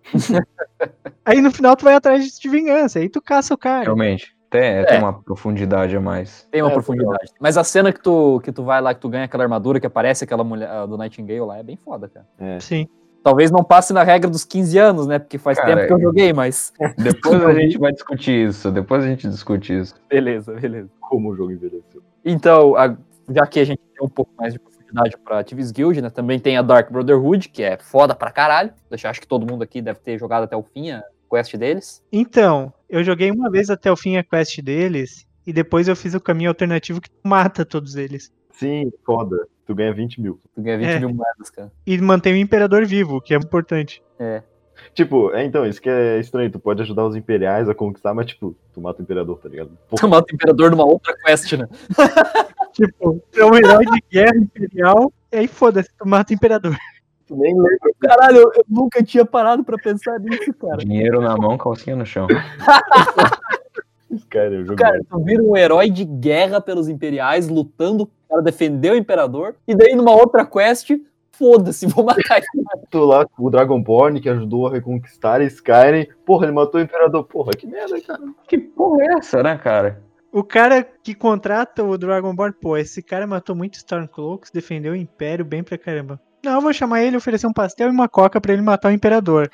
Speaker 5: Aí no final tu vai atrás de vingança, aí tu caça o cara.
Speaker 3: Realmente. Até tem uma profundidade a mais.
Speaker 1: tem uma
Speaker 2: É,
Speaker 1: profundidade. Mas a cena que tu, que tu vai lá, que tu ganha aquela armadura, que aparece aquela mulher ah, do Nightingale lá, é bem foda, cara.
Speaker 5: Sim.
Speaker 1: Talvez não passe na regra dos 15 anos, né? Porque faz
Speaker 3: Cara,
Speaker 1: tempo que eu
Speaker 3: é-
Speaker 1: joguei, mas.
Speaker 3: Depois a gente vai discutir isso. Depois a gente discute isso.
Speaker 1: Beleza, beleza.
Speaker 2: Como o jogo envelheceu.
Speaker 1: Então, a- já que a gente tem um pouco mais de profundidade pra Activis Guild, né? Também tem a Dark Brotherhood, que é foda pra caralho. Deixa- Acho que todo mundo aqui deve ter jogado até o fim a quest deles.
Speaker 5: Então, eu joguei uma vez até o fim a quest deles, e depois eu fiz o caminho alternativo que tu mata todos eles.
Speaker 2: Sim, foda. Tu ganha 20 mil.
Speaker 1: Tu ganha 20
Speaker 5: É.
Speaker 1: mil moedas, cara.
Speaker 5: E mantém o imperador vivo, o que é importante.
Speaker 2: Tipo, é então, isso que é estranho. Tu pode ajudar os imperiais a conquistar, mas tipo, tu mata o imperador, tá ligado? Pô,
Speaker 1: Tu mata o imperador numa outra quest, né?
Speaker 5: Tipo, é um herói de guerra imperial, e aí foda-se, tu mata o imperador.
Speaker 2: tu nem lembra.
Speaker 1: Caralho, eu- eu nunca tinha parado pra pensar nisso, cara.
Speaker 3: Dinheiro na mão, calcinha no chão.
Speaker 2: Esse cara, eu jogo é
Speaker 1: Cara, tu vira um herói de guerra pelos imperiais, lutando para defender o imperador, e daí numa outra quest, foda-se, vou matar ele.
Speaker 2: Tu lá, o Dragonborn, que ajudou a reconquistar Skyrim. Porra, ele matou o imperador. Porra, que merda, cara.
Speaker 3: Que porra é essa, né, cara?
Speaker 5: O cara que contrata o Dragonborn, pô, esse cara matou muito Stormcloaks, defendeu o Império bem pra caramba. Não, eu vou chamar ele, oferecer um pastel e uma coca pra ele matar o imperador.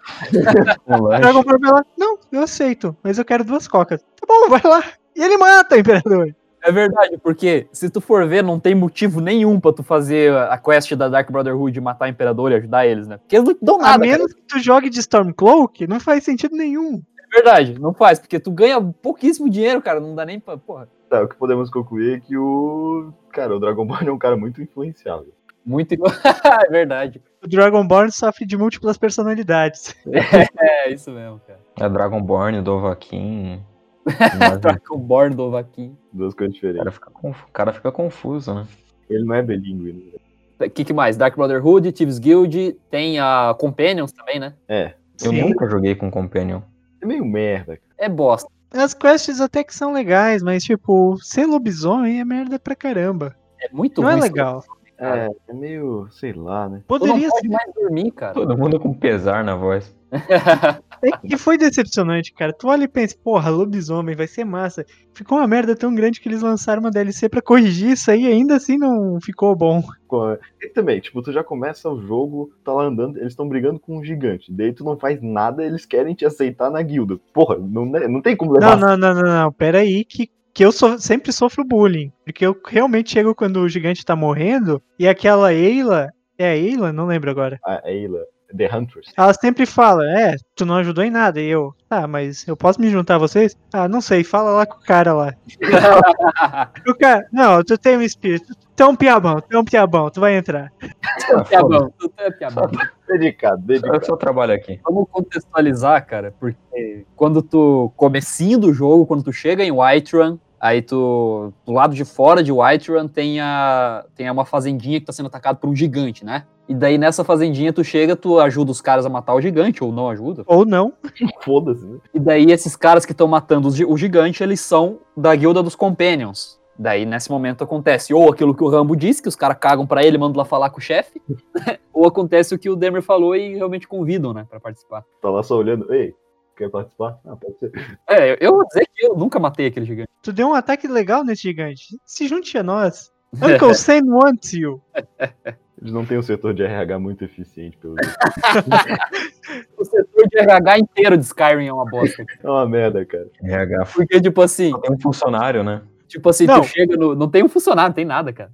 Speaker 3: Um
Speaker 5: O
Speaker 3: lanche.
Speaker 5: Dragonborn vai lá, não, eu aceito, mas eu quero duas cocas. Tá bom, vai lá. E ele mata o imperador.
Speaker 1: É verdade, porque se tu for ver, não tem motivo nenhum pra tu fazer a quest da Dark Brotherhood e matar o imperador e ajudar eles, né? Porque eles não te dão nada.
Speaker 5: A
Speaker 1: cara.
Speaker 5: menos que tu jogue de Stormcloak, não faz sentido nenhum.
Speaker 1: É verdade, não faz, porque tu ganha pouquíssimo dinheiro, cara, não dá nem pra. Porra,
Speaker 2: Tá, o que podemos concluir é que o. Cara, o Dragonborn é um cara muito influenciável.
Speaker 1: muito. é verdade.
Speaker 5: O Dragonborn sofre de múltiplas personalidades.
Speaker 1: É isso mesmo, cara.
Speaker 3: É Dragonborn, Dovahkiin. Mas O
Speaker 1: Dragonborn do Vaquim.
Speaker 2: Duas coisas diferentes.
Speaker 3: cara fica confu- o cara fica confuso, né?
Speaker 2: Ele não é bilíngue, né?
Speaker 1: O que, que mais? Dark Brotherhood, Thieves Guild, tem a Companions também, né?
Speaker 3: Eu
Speaker 5: Sim.
Speaker 3: nunca joguei com Companion.
Speaker 2: É meio merda. cara.
Speaker 1: É bosta.
Speaker 5: As quests até que são legais, mas tipo, ser lobisomem é merda pra caramba.
Speaker 1: É muito
Speaker 5: não é
Speaker 1: ruim esse
Speaker 5: legal.
Speaker 1: Cara.
Speaker 2: É, é meio, sei lá, né?
Speaker 1: Tu não
Speaker 5: Poderia
Speaker 1: pode mais dormir, cara.
Speaker 3: Todo mundo com pesar na voz.
Speaker 5: É que foi decepcionante, cara. Tu olha e pensa, porra, lobisomem, vai ser massa. Ficou uma merda tão grande que eles lançaram uma DLC pra corrigir isso aí, ainda assim não ficou bom.
Speaker 2: Co- E também, tipo, tu já começa o jogo, tá lá andando, eles estão brigando com um gigante. Daí tu não faz nada, eles querem te aceitar na guilda. Porra, não, é- não tem como levar.
Speaker 5: Não, não, não, não, não. Pera aí que, que eu so- sempre sofro bullying. Porque eu realmente chego quando o gigante tá morrendo e aquela Eila. É a Eila? Não lembro agora.
Speaker 2: A Ayla, The Hunters.
Speaker 5: Ela sempre fala, é, tu não ajudou em nada. E eu, tá, mas eu posso me juntar a vocês? Ah, não sei, fala lá com o cara lá. O cara, não, tu tem um espírito. Tu é um piabão, tu é um piabão, tu vai entrar.
Speaker 1: Tu é piabão, tu é piabão.
Speaker 2: Dedicado, dedicado.
Speaker 3: Eu só trabalho aqui.
Speaker 1: Vamos contextualizar, cara, porque quando tu comecinho do jogo, quando tu chega em Whiterun, aí tu do lado de fora de Whiterun tem a tem uma fazendinha que tá sendo atacada por um gigante, né? E daí nessa fazendinha tu chega, tu ajuda os caras a matar o gigante ou não ajuda?
Speaker 5: Ou não.
Speaker 2: Foda-se, né?
Speaker 1: E daí esses caras que estão matando os gi- o gigante, eles são da guilda dos Companions. Daí, nesse momento, acontece ou aquilo que o Rambo disse, que os caras cagam pra ele, mandam lá falar com o chefe, ou acontece o que o Demer falou e realmente convidam, né, pra participar.
Speaker 2: Tá lá só olhando. Ei, quer participar? Ah, pode ser.
Speaker 1: É, eu vou dizer que eu nunca matei aquele gigante.
Speaker 5: Tu deu um ataque legal nesse gigante. Se junte a nós. É Uncle Sam wants you.
Speaker 2: Eles não têm um setor de RH muito eficiente, pelo jeito.
Speaker 1: o setor de RH inteiro de Skyrim é uma bosta.
Speaker 2: É uma merda, cara.
Speaker 3: RH. f-
Speaker 1: Porque, tipo assim,
Speaker 3: Tem um funcionário, né?
Speaker 1: tipo assim,
Speaker 5: Não.
Speaker 1: tu chega no. Não tem um funcionário, não tem nada, cara.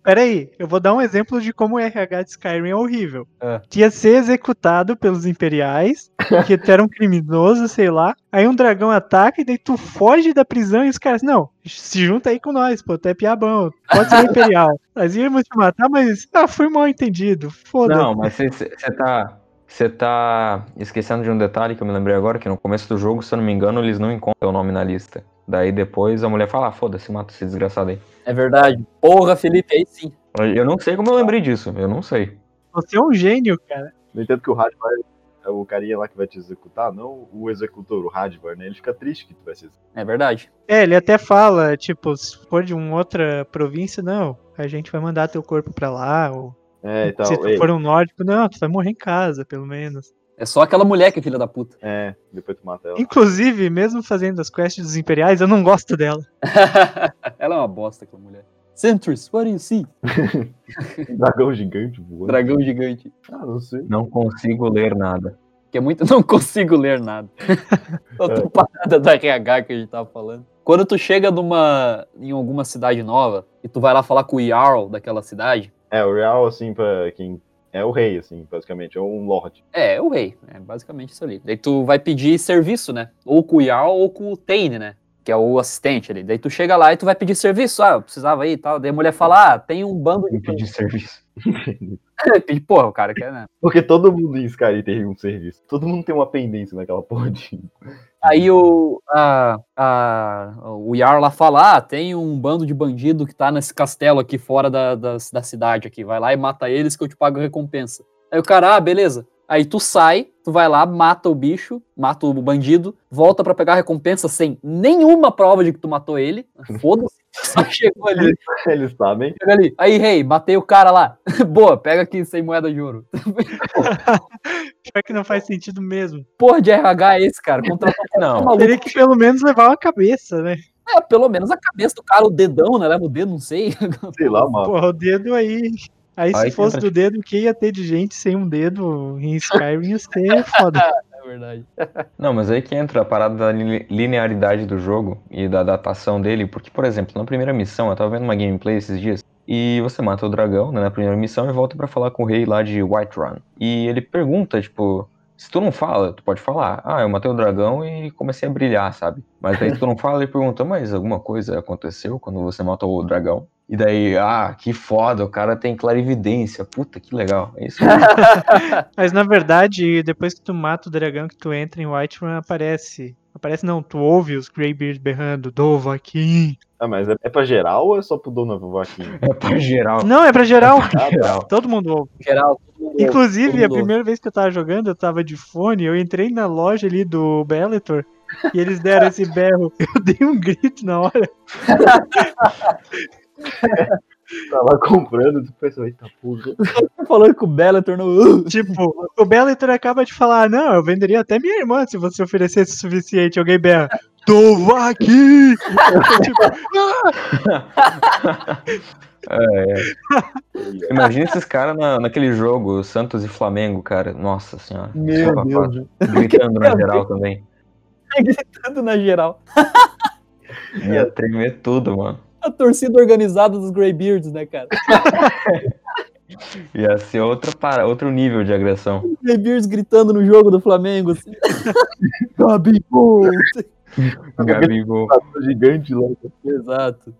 Speaker 5: Pera aí, eu vou dar um exemplo de como o RH de Skyrim é horrível.
Speaker 1: Ah.
Speaker 5: Tinha que ser executado pelos imperiais que tu era um criminoso, sei lá. Aí um dragão ataca e daí tu foge da prisão e os caras, não, se junta aí com nós, pô, tu é piabão, pode ser um imperial. Nós íamos te matar, mas ah, fui mal entendido, foda-se.
Speaker 3: Não, mas você tá. Você tá esquecendo de um detalhe que eu me lembrei agora, que no começo do jogo, se eu não me engano, eles não encontram o nome na lista. Daí depois a mulher fala, ah, foda-se, mata esse desgraçado aí.
Speaker 1: É verdade. Porra, Felipe, aí sim.
Speaker 3: Eu não sei como eu lembrei disso, eu não sei.
Speaker 5: Você é um gênio, cara.
Speaker 2: No entanto que o Radvar é o carinha lá que vai te executar, não o executor, o Radvar, né? Ele fica triste que tu vai ser executado.
Speaker 1: É verdade.
Speaker 5: É, ele até fala, tipo, se for de uma outra província, não, a gente vai mandar teu corpo pra lá, ou
Speaker 2: É, e tal.
Speaker 5: se tu
Speaker 2: Ei,
Speaker 5: for um nórdico, não, tu vai morrer em casa, pelo menos.
Speaker 1: É só aquela mulher que é filha da puta.
Speaker 2: É, depois tu mata ela.
Speaker 5: Inclusive, mesmo fazendo as quests dos imperiais, eu não gosto dela.
Speaker 1: Ela é uma bosta, aquela mulher. Sentries, what do you see?
Speaker 2: Um dragão gigante voando.
Speaker 1: Dragão gigante.
Speaker 2: Ah, não sei.
Speaker 3: Não consigo ler nada.
Speaker 1: Que é muito. Não consigo ler nada. Eu tô parada da RH que a gente tava falando. Quando tu chega numa. em alguma cidade nova e tu vai lá falar com o Jarl daquela cidade,
Speaker 2: É, o Real, assim, pra quem. É o rei, assim, basicamente. É um lorde.
Speaker 1: é, é o rei. É basicamente isso ali. Daí tu vai pedir serviço, né? Ou com o Jarl ou com o Tane, né? Que é o assistente ali. Daí tu chega lá e tu vai pedir serviço. Ah, eu precisava ir e tal. Daí a mulher fala: Ah, tem um bando de.
Speaker 3: Me pedir serviço.
Speaker 1: Pedi, Porra, o cara quer, né?
Speaker 2: Porque todo mundo em Skyrim tem um serviço. Todo mundo tem uma pendência naquela porra de...
Speaker 1: Aí o, a, a, o Yar lá fala: ah, tem um bando de bandido que tá nesse castelo aqui fora da, da, da cidade aqui. Vai lá e mata eles que eu te pago a recompensa. Aí o cara, ah, beleza. Aí tu sai, tu vai lá, mata o bicho, mata o bandido, volta pra pegar a recompensa sem nenhuma prova de que tu matou ele. Foda-se, só chegou ali,
Speaker 2: Eles sabem.
Speaker 1: chega ali. Aí, rei, matei o cara lá. Boa, pega aqui sem moeda de ouro.
Speaker 5: Pior que não faz sentido mesmo.
Speaker 1: Porra de RH é esse, cara? Contratou
Speaker 3: Não.
Speaker 1: maluco.
Speaker 5: Teria que pelo menos levar uma cabeça, né?
Speaker 1: É, pelo menos a cabeça do cara, o dedão, né? Leva o dedo, não sei.
Speaker 2: Sei lá, mano.
Speaker 5: Porra, o dedo aí. Aí se
Speaker 3: Aí que
Speaker 5: fosse
Speaker 3: entra-
Speaker 5: do dedo, o que ia ter de gente sem um dedo em Skyrim ia ser foda.
Speaker 1: É verdade.
Speaker 3: Não, mas aí que entra a parada da li- linearidade do jogo e da datação dele, porque, por exemplo, na primeira missão, eu tava vendo uma gameplay esses dias, e você mata o dragão né, na primeira missão e volta pra falar com o rei lá de Whiterun. E ele pergunta, tipo, se tu não fala, tu pode falar, ah, eu matei o dragão e comecei a brilhar, sabe? Mas daí se tu não fala, ele pergunta, mas alguma coisa aconteceu quando você matou o dragão? E daí, ah, que foda, o cara tem clarividência, puta, que legal. É isso aí.
Speaker 5: Mas na verdade, depois que tu mata o dragão, que tu entra em Whiterun, aparece. Aparece não, tu ouve os Greybeard berrando, Dovahkiin.
Speaker 2: Ah, mas é, é pra geral ou é só pro Dona Vaquinha?
Speaker 3: é pra geral.
Speaker 5: Não, é pra geral.
Speaker 3: geral.
Speaker 5: Todo mundo ouve.
Speaker 1: Geral, todo
Speaker 5: É,
Speaker 1: mundo- todo
Speaker 5: Inclusive,
Speaker 1: mundo
Speaker 5: a primeira vez que eu tava jogando, eu tava de fone, eu entrei na loja ali do Bellator e eles deram esse berro. Eu dei um grito na hora.
Speaker 2: Tá lá comprando, tu pensa, eita porra.
Speaker 1: ouve. falando que o Bela tornou. uh,
Speaker 5: Tipo, o Bellator acaba de falar: Não, eu venderia até minha irmã se você oferecesse o suficiente. Alguém berra. Dova aqui! Tipo,
Speaker 3: É, Imagina esses caras na, naquele jogo, Santos e Flamengo, cara. Nossa senhora.
Speaker 2: Meu
Speaker 3: Desculpa,
Speaker 2: Deus.
Speaker 3: Fábio. Gritando na geral também.
Speaker 1: Tanto na geral.
Speaker 3: Ia tremer tudo, mano.
Speaker 1: A torcida organizada dos Greybeards, né, cara?
Speaker 3: Ia ser outra para, outro nível de agressão.
Speaker 1: Os Greybeards gritando no jogo do Flamengo, assim. Gabigol!
Speaker 3: Gabigol.
Speaker 2: Tá gigante lá.
Speaker 1: Exato.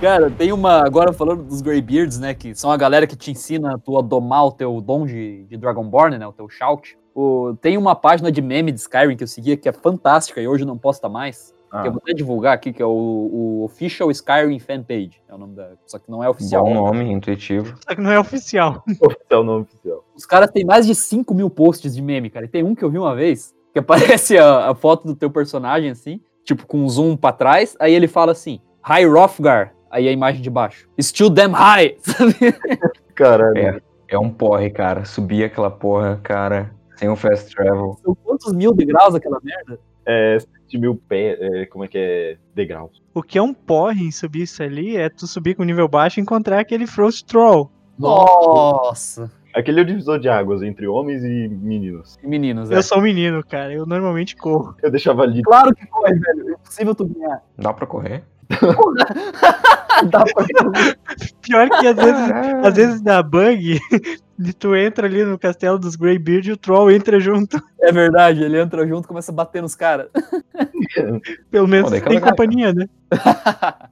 Speaker 1: Cara, tem uma. Agora falando dos Greybeards, né? Que são a galera que te ensina tu a domar o teu dom de, de Dragonborn, né? O teu shout. O- tem uma página de meme de Skyrim que eu seguia que é fantástica e hoje não posta mais.
Speaker 2: Ah.
Speaker 1: Que eu vou até divulgar aqui, que é o, o Official Skyrim Fanpage. É o nome da. Só que não é oficial.
Speaker 3: Bom nome, um intuitivo.
Speaker 5: Só que não é oficial.
Speaker 2: Oficial, não oficial.
Speaker 1: Os caras têm mais de 5 mil posts de meme, cara. E tem um que eu vi uma vez, que aparece a, a foto do teu personagem, assim, tipo, com um zoom pra trás, aí ele fala assim, Hi Rothgar, aí a imagem de baixo. Still damn high, sabe?
Speaker 2: Caralho.
Speaker 3: É. É um porre, cara. Subir aquela porra, cara. Sem o fast travel.
Speaker 1: São quantos mil de graus aquela merda?
Speaker 2: É, 7 mil pés, é, como é que é? Degraus.
Speaker 5: O que é um porre em subir isso ali é tu subir com nível baixo e encontrar aquele Frost Troll.
Speaker 1: Nossa!
Speaker 2: Aquele é o divisor de águas entre homens e meninos.
Speaker 1: E Meninos, é.
Speaker 5: Eu sou um menino, cara. Eu normalmente corro.
Speaker 2: Eu deixava ali.
Speaker 1: Claro que corre, velho. É impossível tu ganhar.
Speaker 3: Dá pra correr?
Speaker 1: Dá pra...
Speaker 5: Pior que às vezes, às vezes dá bug E tu entra ali no castelo dos Greybeard e o Troll entra junto.
Speaker 1: É verdade, ele entra junto e começa a bater nos caras.
Speaker 5: Pelo menos
Speaker 3: Pô, daí que é
Speaker 5: tem
Speaker 3: legal,
Speaker 5: companhia, né?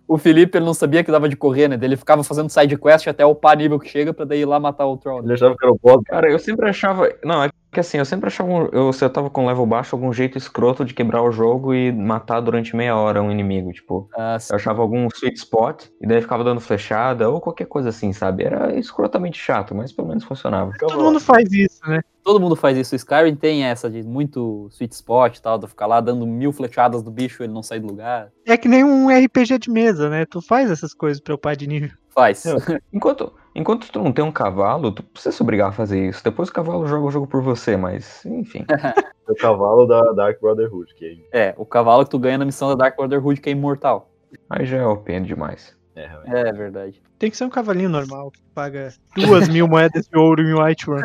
Speaker 1: o Felipe ele não sabia que dava de correr, né? Daí Ele ficava fazendo side quest até upar nível que chega pra daí ir lá matar o Troll. né?
Speaker 2: Ele achava que era o boss.
Speaker 3: Cara, eu sempre achava. Não, é que assim, eu sempre achava. um- Eu, se eu tava com level baixo, algum jeito escroto de quebrar o jogo e matar durante meia hora um inimigo. Tipo,
Speaker 1: Ah,
Speaker 3: eu achava algum sweet spot e daí ficava dando flechada ou qualquer coisa assim, sabe? Era escrotamente chato, mas pelo menos funcionava.
Speaker 5: Todo mundo faz isso, né?
Speaker 1: Todo mundo faz isso. O Skyrim tem essa de muito sweet spot e tal, de ficar lá dando mil flechadas do bicho ele não sair do lugar.
Speaker 5: É que nem um RPG de mesa, né? Tu faz essas coisas pra upar de nível.
Speaker 1: Faz.
Speaker 2: Eu-
Speaker 3: Enquanto, enquanto tu não tem um cavalo, tu precisa se obrigar a fazer isso. Depois o cavalo joga o jogo por você, mas enfim.
Speaker 5: É.
Speaker 2: É O cavalo da Dark Brotherhood, que
Speaker 1: É, o cavalo que tu ganha na missão da Dark Brotherhood que é imortal.
Speaker 3: Aí já é OP demais.
Speaker 2: é. é velho.
Speaker 1: É verdade.
Speaker 5: Tem que ser um cavalinho normal que paga duas mil moedas de ouro em Whiterun.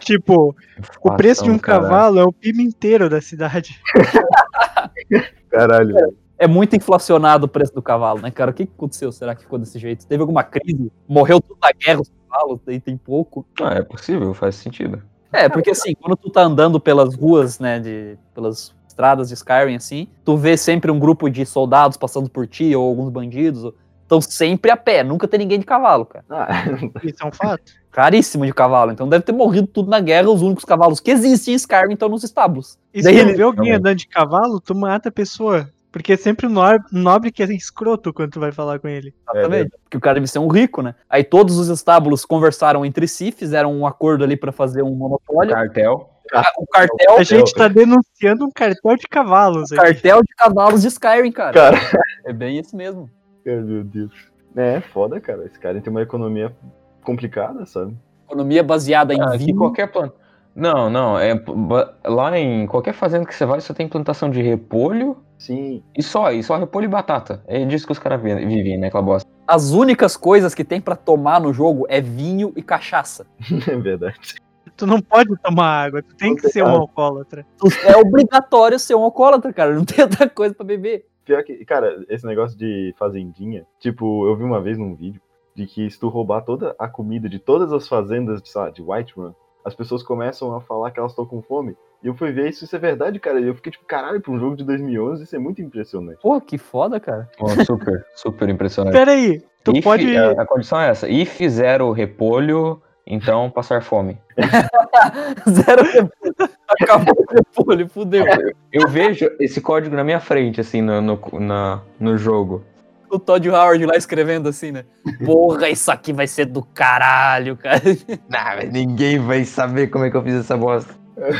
Speaker 5: tipo, o preço de
Speaker 3: Fação,
Speaker 5: um
Speaker 3: Ah, então, cara.
Speaker 5: cavalo é o PIB inteiro da cidade.
Speaker 2: Caralho, velho.
Speaker 1: É muito inflacionado o preço do cavalo, né, cara? O que que aconteceu? Será que ficou desse jeito? Teve alguma crise? Morreu tudo na guerra os cavalos? Daí tem pouco?
Speaker 3: Ah, é possível, faz sentido.
Speaker 1: É, porque assim, quando tu tá andando pelas ruas, né, de, pelas estradas de Skyrim, assim, tu vê sempre um grupo de soldados passando por ti, ou alguns bandidos, estão sempre a pé, nunca tem ninguém de cavalo, cara.
Speaker 2: Ah,
Speaker 5: Isso é um fato.
Speaker 1: Claríssimo de cavalo, então deve ter morrido tudo na guerra, os únicos cavalos que existem em Skyrim estão nos estábulos.
Speaker 3: É
Speaker 5: E
Speaker 1: Daí
Speaker 5: se tu
Speaker 1: ele- Tá
Speaker 5: vê alguém
Speaker 3: Realmente.
Speaker 5: andando de cavalo, tu mata a pessoa. Porque é sempre o no- nobre que é escroto quando tu vai falar com ele.
Speaker 1: Exatamente. Porque o cara deve ser um rico, né? Aí todos os estábulos conversaram entre si, fizeram um acordo ali pra fazer um monopólio.
Speaker 3: Cartel.
Speaker 1: Ah, O cartel,
Speaker 5: A gente tá denunciando um cartel de cavalos. aqui.
Speaker 1: Um cartel de cavalos de Skyrim, cara.
Speaker 2: Cara.
Speaker 1: É bem isso mesmo.
Speaker 2: Cara, meu Deus. É, foda, cara. Esse cara tem uma economia complicada, sabe?
Speaker 1: Economia baseada em
Speaker 3: Ah, que
Speaker 1: vinho.
Speaker 3: qualquer planta. Não, não. É, ba- lá em qualquer fazenda que você vai, só tem plantação de repolho
Speaker 2: Sim.
Speaker 3: e só, e só repolho e batata. É disso que os caras vi- vivem, né, aquela bosta.
Speaker 1: As únicas coisas que tem pra tomar no jogo é vinho e cachaça.
Speaker 2: É verdade.
Speaker 5: Tu não pode tomar água, tu tem que ser um alcoólatra.
Speaker 1: É obrigatório ser um alcoólatra, cara. Não tem outra coisa pra beber.
Speaker 2: Pior que, cara, esse negócio de fazendinha, tipo, eu vi uma vez num vídeo de que se tu roubar toda a comida de todas as fazendas de, sei lá, de Whiterun, as pessoas começam a falar que elas estão com fome. E eu fui ver isso, isso é verdade, cara. E eu fiquei tipo, caralho, pra um jogo de 2011, isso é muito impressionante.
Speaker 1: Pô, que foda, cara.
Speaker 3: Pô, super, super impressionante.
Speaker 5: Pera aí, tu
Speaker 3: E fi-
Speaker 5: pode.
Speaker 3: A, a condição é essa. E fizeram o repolho, então passar fome.
Speaker 1: Zero repolho. Acabou o repolho, fudeu.
Speaker 3: Eu vejo esse código na minha frente, assim, no, no, na- no jogo.
Speaker 1: O Todd Howard lá escrevendo assim, né? Porra, isso aqui vai ser do caralho, cara.
Speaker 3: ninguém vai saber como é que eu fiz essa bosta.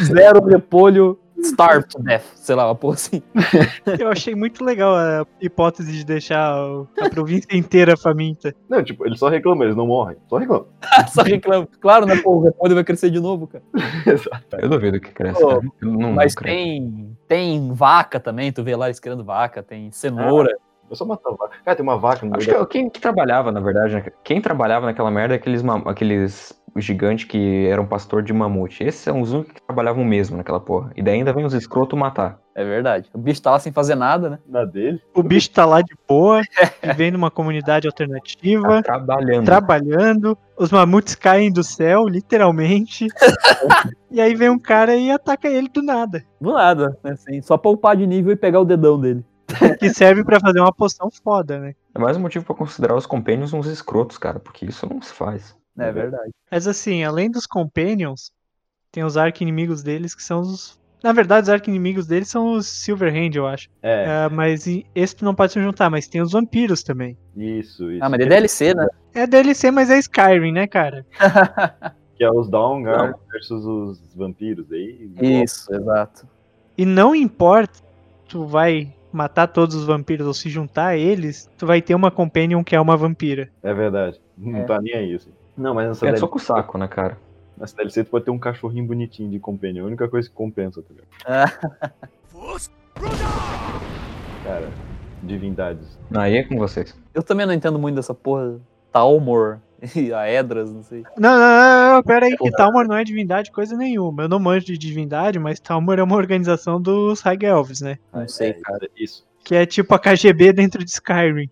Speaker 1: Zero repolho, starve to death. Sei lá, uma porra assim.
Speaker 5: Eu achei muito legal a hipótese de deixar o- a província inteira faminta.
Speaker 2: Não, tipo, eles só reclamam, eles não morrem. Só reclamam.
Speaker 1: Só reclamo. Claro, né? Pô, o repolho vai crescer de novo, cara.
Speaker 2: Exato.
Speaker 3: Eu duvido que cresça.
Speaker 1: Pô,
Speaker 3: cara. Eu não,
Speaker 1: Mas
Speaker 3: não creio.
Speaker 1: tem, tem vaca também, tu vê lá eles criando vaca, tem cenoura.
Speaker 2: Eu É só mato a vaca. Cara, tem uma vaca no meio
Speaker 3: Acho que é quem que trabalhava, na verdade, né? quem trabalhava naquela merda é aqueles, mam- aqueles gigantes que eram pastor de mamute. Esses são os únicos que trabalhavam mesmo naquela porra. E daí ainda vem os escroto matar.
Speaker 1: É verdade. O bicho tá lá sem fazer nada, né?
Speaker 2: da dele.
Speaker 5: O bicho tá lá de boa, vivendo uma comunidade alternativa,
Speaker 3: Tá Trabalhando.
Speaker 5: trabalhando, os mamutes caem do céu, literalmente. e aí vem um cara e ataca ele do nada.
Speaker 1: Do nada, né? Assim, só poupar de nível e pegar o dedão dele.
Speaker 5: Que serve pra fazer uma poção foda, né?
Speaker 3: É mais um motivo pra considerar os compênios uns escrotos, cara, porque isso não se faz.
Speaker 1: É verdade.
Speaker 5: Mas assim, além dos Companions, tem os arqui-inimigos deles que são os. Na verdade, os arqui-inimigos deles são os Silverhand, eu acho.
Speaker 2: É,
Speaker 5: Ah, mas e- esse tu não pode se juntar, mas tem os vampiros também.
Speaker 2: isso, isso.
Speaker 1: Ah, mas é DLC, né?
Speaker 5: É DLC, mas é Skyrim, né, cara?
Speaker 2: Que é os Downguard versus os vampiros é aí.
Speaker 1: Isso, exato.
Speaker 5: E não importa, tu vai matar todos os vampiros ou se juntar a eles, tu vai ter uma companion que é uma vampira.
Speaker 2: É verdade. Não
Speaker 1: É.
Speaker 2: tá nem aí, assim. Não, mas nessa,
Speaker 3: É
Speaker 2: DLC,
Speaker 3: só com o saco, né, cara?
Speaker 2: nessa DLC tu pode ter um cachorrinho bonitinho de companion. É a única coisa que compensa, tá ligado? Cara, divindades.
Speaker 3: Aí é com vocês.
Speaker 1: Eu também não entendo muito dessa porra. Talmor e Aedras, não sei.
Speaker 5: Não, não, não, não, não pera aí, que Talmor não é divindade coisa nenhuma. Eu não manjo de divindade, mas Talmor é uma organização dos High Elves, né?
Speaker 1: Não sei, cara.
Speaker 2: É, Isso.
Speaker 5: é Que é tipo a KGB dentro de Skyrim.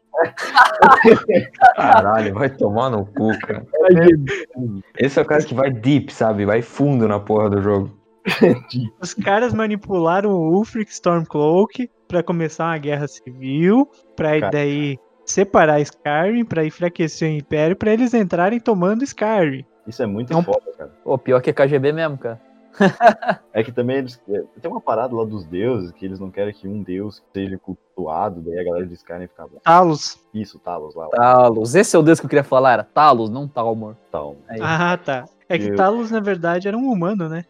Speaker 3: Caralho, vai tomar no cu, cara. Esse é o cara que vai deep, sabe? Vai fundo na porra do jogo.
Speaker 5: Os caras manipularam o Ulfric Stormcloak pra começar uma guerra civil, pra
Speaker 2: Cara.
Speaker 5: daí separar Skyrim, pra enfraquecer o Império, pra eles entrarem tomando Skyrim.
Speaker 2: Isso é muito
Speaker 5: É um-
Speaker 2: foda, cara.
Speaker 1: Pô, pior que é KGB mesmo, cara.
Speaker 2: É que também eles. é, Tem uma parada lá dos deuses que eles não querem que um deus seja cultuado, daí a galera de Skyrim fica. brava.
Speaker 5: Talos.
Speaker 2: Isso, Talos lá,
Speaker 1: Talos. Esse é o deus que eu queria falar, era Talos, não tá, Talmor.
Speaker 2: tal.
Speaker 1: Sim.
Speaker 5: Ah, tá. É que
Speaker 2: Eu-
Speaker 5: Talos, na verdade, era um humano, né?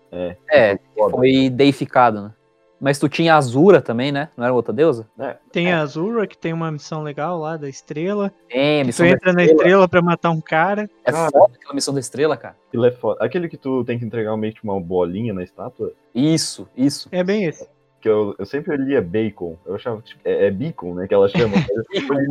Speaker 1: É,
Speaker 2: Foda.
Speaker 1: foi deificado, né? Mas tu tinha Azura também, né? Não era outra deusa?
Speaker 5: Tem
Speaker 2: É.
Speaker 5: a Azura, que tem uma missão legal lá da estrela.
Speaker 1: É,
Speaker 5: Tu
Speaker 1: missão da...
Speaker 5: entra na estrela pra matar um cara.
Speaker 1: É
Speaker 2: Cara.
Speaker 1: foda aquela missão da estrela, cara.
Speaker 2: Aquilo é foda. Aquele que tu tem que entregar meio que uma bolinha na estátua,
Speaker 1: Isso, isso.
Speaker 5: É bem esse.
Speaker 2: que eu, eu sempre lia bacon. Eu achava que tipo, é, é bacon, né? Que ela chama.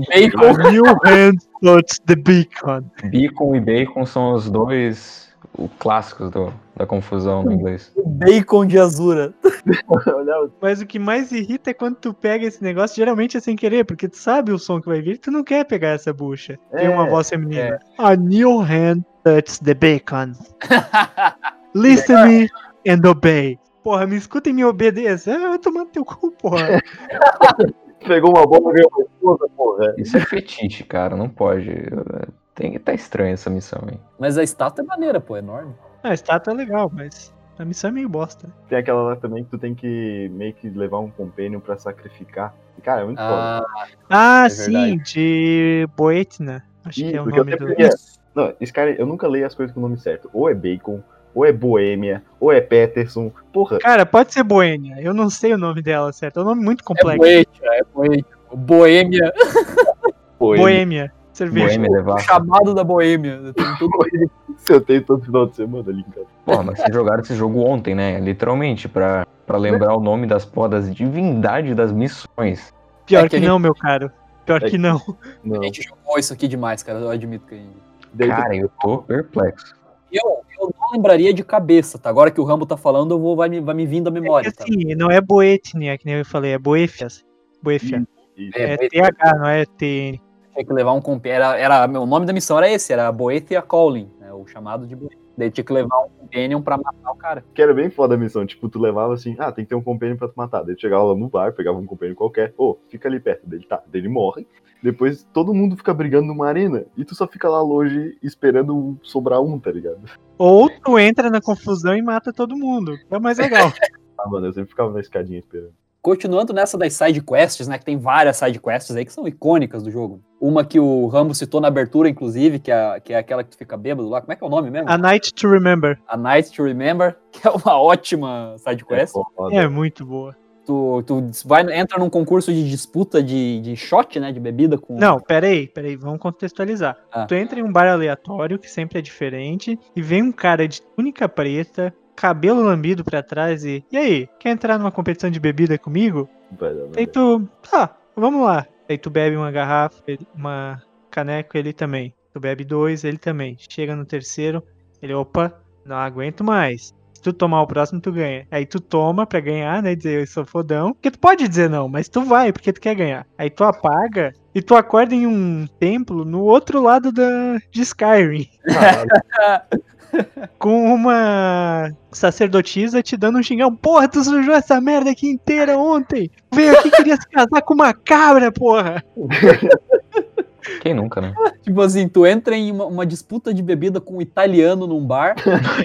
Speaker 1: Bacon.
Speaker 5: New hand floats the beacon.
Speaker 3: Beacon e bacon são os dois o clássicos do- da confusão no inglês.
Speaker 1: Bacon de Azura.
Speaker 2: Eu olhava,
Speaker 5: Mas o que mais irrita é quando tu pega esse negócio, geralmente é sem querer, porque tu sabe o som que vai vir, tu não quer pegar essa bucha. Tem uma
Speaker 2: É,
Speaker 5: voz feminina. A new hand touches the bacon. Listen me and obey. Porra, me escuta e me obedeça. Ah, vai tomar no teu cu, porra.
Speaker 2: pegou uma bola e veio uma esposa, porra.
Speaker 3: Isso é fetiche, cara, não pode. Tem, tá estranha essa missão, hein?
Speaker 1: Mas a estátua é maneira, pô, é enorme.
Speaker 5: Ah, a estátua é legal, mas a missão é meio bosta.
Speaker 2: Tem aquela lá também que tu tem que meio que levar um compênio pra sacrificar. E, cara, é muito foda.
Speaker 1: Ah,
Speaker 5: Ah,
Speaker 1: É
Speaker 5: sim, de Boetna. Acho que é o
Speaker 2: Isso, que eu
Speaker 5: nome do.
Speaker 2: sempre lia. Não, esse cara, eu nunca leio as coisas com o nome certo. Ou é bacon, ou é boêmia, ou é Peterson. Porra,
Speaker 5: Cara, pode ser Boênia. Eu não sei o nome dela, certo? É um nome muito
Speaker 1: é
Speaker 5: complexo.
Speaker 1: Boêmia, é Boêmia. Boêmia,
Speaker 5: Boêmia. Cerveja.
Speaker 3: Boêmia
Speaker 1: o
Speaker 3: levar.
Speaker 1: chamado da Boêmia. Tem tudo
Speaker 2: isso eu tenho todo final de semana ali, cara.
Speaker 3: Porra, mas vocês jogaram esse jogo ontem, né? Literalmente, pra, pra lembrar o nome das porra das divindades das missões.
Speaker 5: Pior
Speaker 1: É
Speaker 5: que,
Speaker 1: que a gente-
Speaker 5: não, meu caro. Pior
Speaker 2: É
Speaker 5: que não.
Speaker 2: Não.
Speaker 1: A gente jogou isso aqui demais, cara. Eu admito que a gente.
Speaker 2: Daí tu-
Speaker 3: Cara, eu tô perplexo.
Speaker 1: Eu, eu não lembraria de cabeça, tá? Agora que o Rambo tá falando, eu vou, vai, me, vai me vindo a memória,
Speaker 5: É que
Speaker 1: tá?
Speaker 5: assim, não é Boetnia, que nem eu falei, é Boefia. Boefia.
Speaker 1: É,
Speaker 5: É,
Speaker 1: Boêmia
Speaker 5: TH, não é TN.
Speaker 1: tinha que levar um comp... era, era O nome da missão era esse, era Boethia Calling, né? O chamado de Boethia. Daí tinha que levar um companion pra matar o cara.
Speaker 2: Que era bem foda a missão. Tipo, tu levava assim, ah, tem que ter um compênio pra tu matar. Daí tu chegava lá no bar, pegava um compênio qualquer, ô, fica ali perto dele, tá? Daí ele morre. Depois todo mundo fica brigando numa arena e tu só fica lá longe esperando sobrar um, tá ligado?
Speaker 5: Ou tu entra na confusão e mata todo mundo. que É o mais legal.
Speaker 2: Ah, mano, eu sempre ficava na escadinha esperando.
Speaker 1: Continuando nessa das side quests, né? Que tem várias side quests aí que são icônicas do jogo. Uma que o Rambo citou na abertura, inclusive, que é, que é aquela que tu fica bêbado lá. Como é que é o nome mesmo?
Speaker 5: A Night to Remember.
Speaker 1: A Night to Remember, que é uma ótima side quest.
Speaker 2: foda.
Speaker 5: É muito boa.
Speaker 1: Hum. Tu, tu vai, entra num concurso de disputa de, de shot, né? De bebida com.
Speaker 5: Não, peraí, peraí, vamos contextualizar.
Speaker 1: Ah.
Speaker 5: Tu entra em um bar aleatório, que sempre é diferente, e vem um cara de túnica preta, cabelo lambido pra trás e. E aí, quer entrar numa competição de bebida comigo?
Speaker 2: Vai dar, vai
Speaker 5: Aí
Speaker 2: dar.
Speaker 5: tu, tá, vamos lá. Aí tu bebe uma garrafa, ele- uma caneca, ele também. Tu bebe dois, ele também. Chega no terceiro, ele, opa, não aguento mais. Se tu tomar o próximo, tu ganha. Aí tu toma pra ganhar, né? Dizer, eu sou fodão. Porque tu pode dizer não, mas tu vai, porque tu quer ganhar. Aí tu apaga e tu acorda em um templo no outro lado da, de Skyrim.
Speaker 2: Caralho,
Speaker 5: Com uma sacerdotisa te dando um xingão. Porra, tu sujou essa merda aqui inteira ontem. Veio aqui e queria se casar com uma cabra, porra.
Speaker 3: Quem nunca, né?
Speaker 1: Tipo assim, tu entra em uma, uma disputa de bebida com um italiano num bar.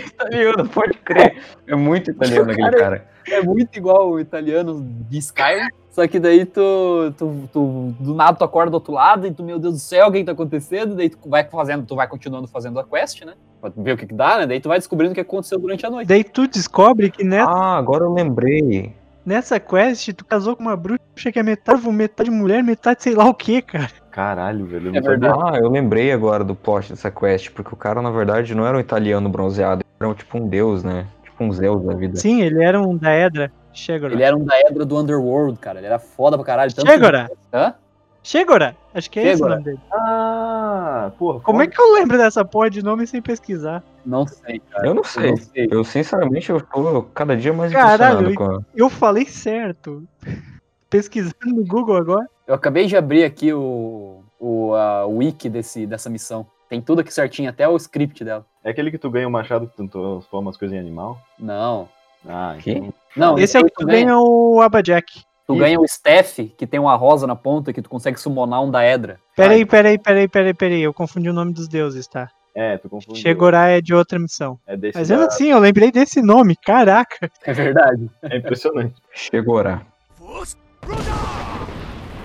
Speaker 3: Italiano, pode crer. É muito italiano aquele cara.
Speaker 1: É muito igual o italiano de Skyrim. Só que daí tu, tu, tu- do nada tu acorda do outro lado e tu, meu Deus do céu, o que que tá acontecendo? Daí tu vai fazendo, tu vai continuando fazendo a quest, né? Pra ver o que, que dá, né? Daí tu vai descobrindo o que aconteceu durante a noite.
Speaker 5: Daí tu descobre que ne-
Speaker 3: Ah, agora eu lembrei.
Speaker 5: nessa quest tu casou com uma bruxa que é metade, metade mulher, metade sei lá o que, cara.
Speaker 2: Caralho, velho. eu
Speaker 1: É
Speaker 2: não sabia.
Speaker 1: verdade.
Speaker 3: Ah, eu lembrei agora do plot dessa quest, porque o cara, na verdade, não era um italiano bronzeado, era um, tipo um deus, né? Tipo um Zeus da vida.
Speaker 5: Sim, ele era um Daedra. Chegora.
Speaker 1: Ele era um daedra do Underworld, cara. Ele era foda pra caralho. Tanto
Speaker 5: Chegora.
Speaker 1: Hã?
Speaker 5: Chegora. Acho que é esse o
Speaker 1: Chegora.
Speaker 5: nome dele.
Speaker 2: Ah, porra.
Speaker 5: Como é que eu lembro dessa porra de nome sem pesquisar?
Speaker 1: Não sei, cara.
Speaker 3: Eu não sei.
Speaker 1: não sei.
Speaker 3: Eu, sinceramente, eu tô cada dia mais
Speaker 5: Caralho,
Speaker 3: impressionado com a...
Speaker 5: Eu falei certo. Pesquisando no Google agora.
Speaker 1: Eu acabei de abrir aqui o, o, a wiki desse, dessa missão. Tem tudo aqui certinho, até o script dela.
Speaker 2: É aquele que tu ganha o machado que tu transforma as coisas em animal?
Speaker 1: Não.
Speaker 2: Ah,
Speaker 3: Que?
Speaker 2: então.
Speaker 1: Não,
Speaker 5: Esse é o
Speaker 1: aí
Speaker 5: que tu ganha o Abajack.
Speaker 1: Tu ganha o staff, que tem uma rosa na ponta, que tu consegue summonar um Daedra.
Speaker 5: Peraí, peraí, peraí, peraí, peraí. Eu confundi o nome dos deuses, tá?
Speaker 2: É, tu confundiu.
Speaker 5: Chegorá é de outra missão.
Speaker 2: É desse
Speaker 5: Mas
Speaker 2: da-
Speaker 5: mesmo assim, eu lembrei desse nome, caraca.
Speaker 1: É verdade.
Speaker 2: É impressionante.
Speaker 3: Chegou a orar.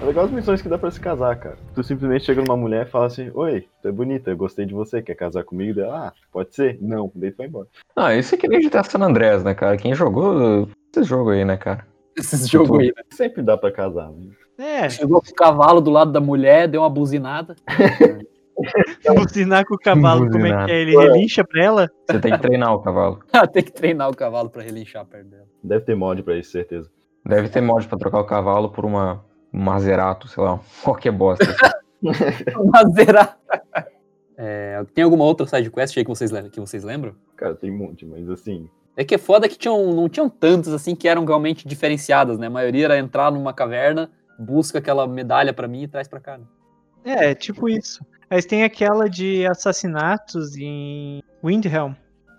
Speaker 2: É legal as missões que dá pra se casar, cara. Tu simplesmente chega numa mulher e fala assim, oi, tu é bonita, eu gostei de você, quer casar comigo? Daí ela, ah, pode ser? Não, daí tu vai embora.
Speaker 3: Ah, isso é que nem GTA San Andreas, né, cara? Quem jogou esse jogo aí, né, cara?
Speaker 1: Esse jogo aí. né?
Speaker 2: Sempre dá pra casar, né?
Speaker 5: É,
Speaker 1: Chegou com o cavalo do lado da mulher, deu uma buzinada.
Speaker 5: buzinar com o cavalo, como é
Speaker 3: Buzinar.
Speaker 5: que é? Ele relincha pra ela?
Speaker 3: Você tem que treinar o cavalo.
Speaker 1: Ela tem que treinar o cavalo pra relinchar a perna dela.
Speaker 2: Deve ter mod pra isso, certeza.
Speaker 3: Deve ter mod pra trocar o cavalo por uma um Mazerato, sei lá, qualquer bosta.
Speaker 1: Maserati. É, tem alguma outra sidequest aí que vocês, le- que vocês lembram?
Speaker 2: Cara, tem um monte, mas assim,
Speaker 1: É que é foda que tinham, não tinham tantas assim que eram realmente diferenciadas, né? A maioria era entrar numa caverna, busca aquela medalha pra mim e traz pra cá. né?
Speaker 5: É, tipo isso. Mas tem aquela de assassinatos em Windhelm,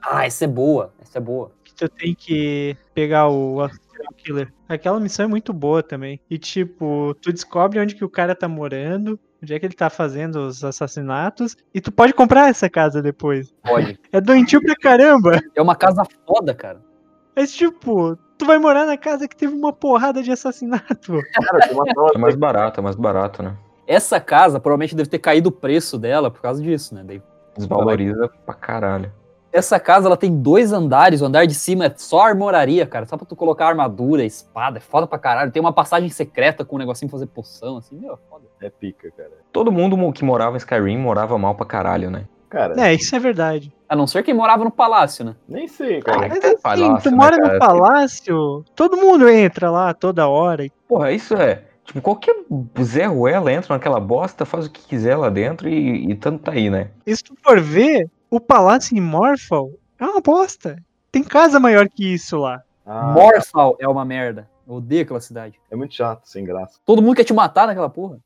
Speaker 1: Ah, essa é boa. Essa é boa.
Speaker 5: que tu tem que pegar o o serial killer. Aquela missão é muito boa também. E tipo, tu descobre onde que o cara tá morando, onde é que ele tá fazendo os assassinatos, e tu pode comprar essa casa depois.
Speaker 1: Pode.
Speaker 5: É doentio pra caramba.
Speaker 1: É uma casa foda, cara.
Speaker 5: Mas, tipo, tu vai morar na casa que teve uma porrada de assassinato.
Speaker 2: cara, tem uma
Speaker 3: É mais barato, é mais barato, né?
Speaker 1: Essa casa provavelmente deve ter caído o preço dela por causa disso, né? Daí
Speaker 3: Desvaloriza pra caralho.
Speaker 1: Essa casa ela tem dois andares, o andar de cima é só armoraria, cara. Só pra tu colocar armadura, espada, é foda pra caralho. Tem uma passagem secreta com um negocinho pra fazer poção, assim, meu, é foda.
Speaker 2: é pica, cara.
Speaker 3: Todo mundo mo- que morava em Skyrim morava mal pra caralho, né?
Speaker 2: Cara,
Speaker 5: É, isso é verdade.
Speaker 1: A não ser quem morava no palácio, né?
Speaker 2: nem sei,
Speaker 3: Ah,
Speaker 2: cara.
Speaker 5: Mas
Speaker 3: é
Speaker 5: assim,
Speaker 3: palácio,
Speaker 5: tu
Speaker 3: né,
Speaker 5: mora
Speaker 3: cara?
Speaker 5: no palácio, todo mundo entra lá toda hora. e-
Speaker 3: Porra, isso é. Tipo, qualquer Zé Ruela entra naquela bosta, faz o que quiser lá dentro e, e tanto tá aí, né?
Speaker 5: E se tu for ver, o palácio em Morphal é uma bosta. Tem casa maior que isso lá.
Speaker 2: Ah,
Speaker 1: Morphal é uma merda. Eu odeio aquela cidade.
Speaker 2: é muito chato, sem graça.
Speaker 1: Todo mundo quer te matar naquela porra.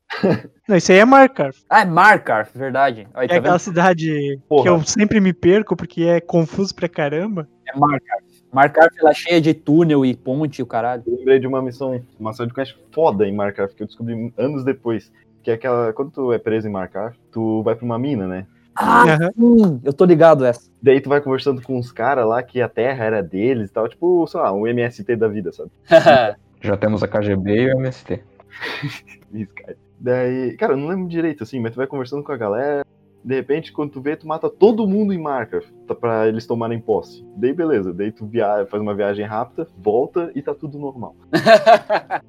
Speaker 5: Não, isso aí é Markar.
Speaker 1: Ah, é Markarth, verdade. Aí,
Speaker 5: É
Speaker 1: tá
Speaker 5: aquela
Speaker 1: vendo?
Speaker 5: cidade que
Speaker 2: Porra.
Speaker 5: eu sempre me perco porque é confuso pra caramba.
Speaker 1: É Markarth. Markarth ela é cheia de túnel e ponte e o caralho.
Speaker 2: Eu lembrei de uma missão, uma sidequest foda em Minecraft, que eu descobri anos depois. Que é aquela, quando tu é preso em Minecraft, tu vai pra uma mina, né?
Speaker 1: Ah,
Speaker 5: Aham.
Speaker 1: sim, eu tô ligado essa.
Speaker 2: Daí tu vai conversando com uns caras lá que a terra era deles e tal, tipo, sei lá, um MST da vida, sabe?
Speaker 3: Já temos a KGB e o MST.
Speaker 2: Isso, cara. Daí, cara, eu não lembro direito assim, mas tu vai conversando com a galera. De repente, quando tu vê, tu mata todo mundo em marca tá- pra eles tomarem posse. Daí, beleza. Daí tu via... faz uma viagem rápida, volta e tá tudo normal.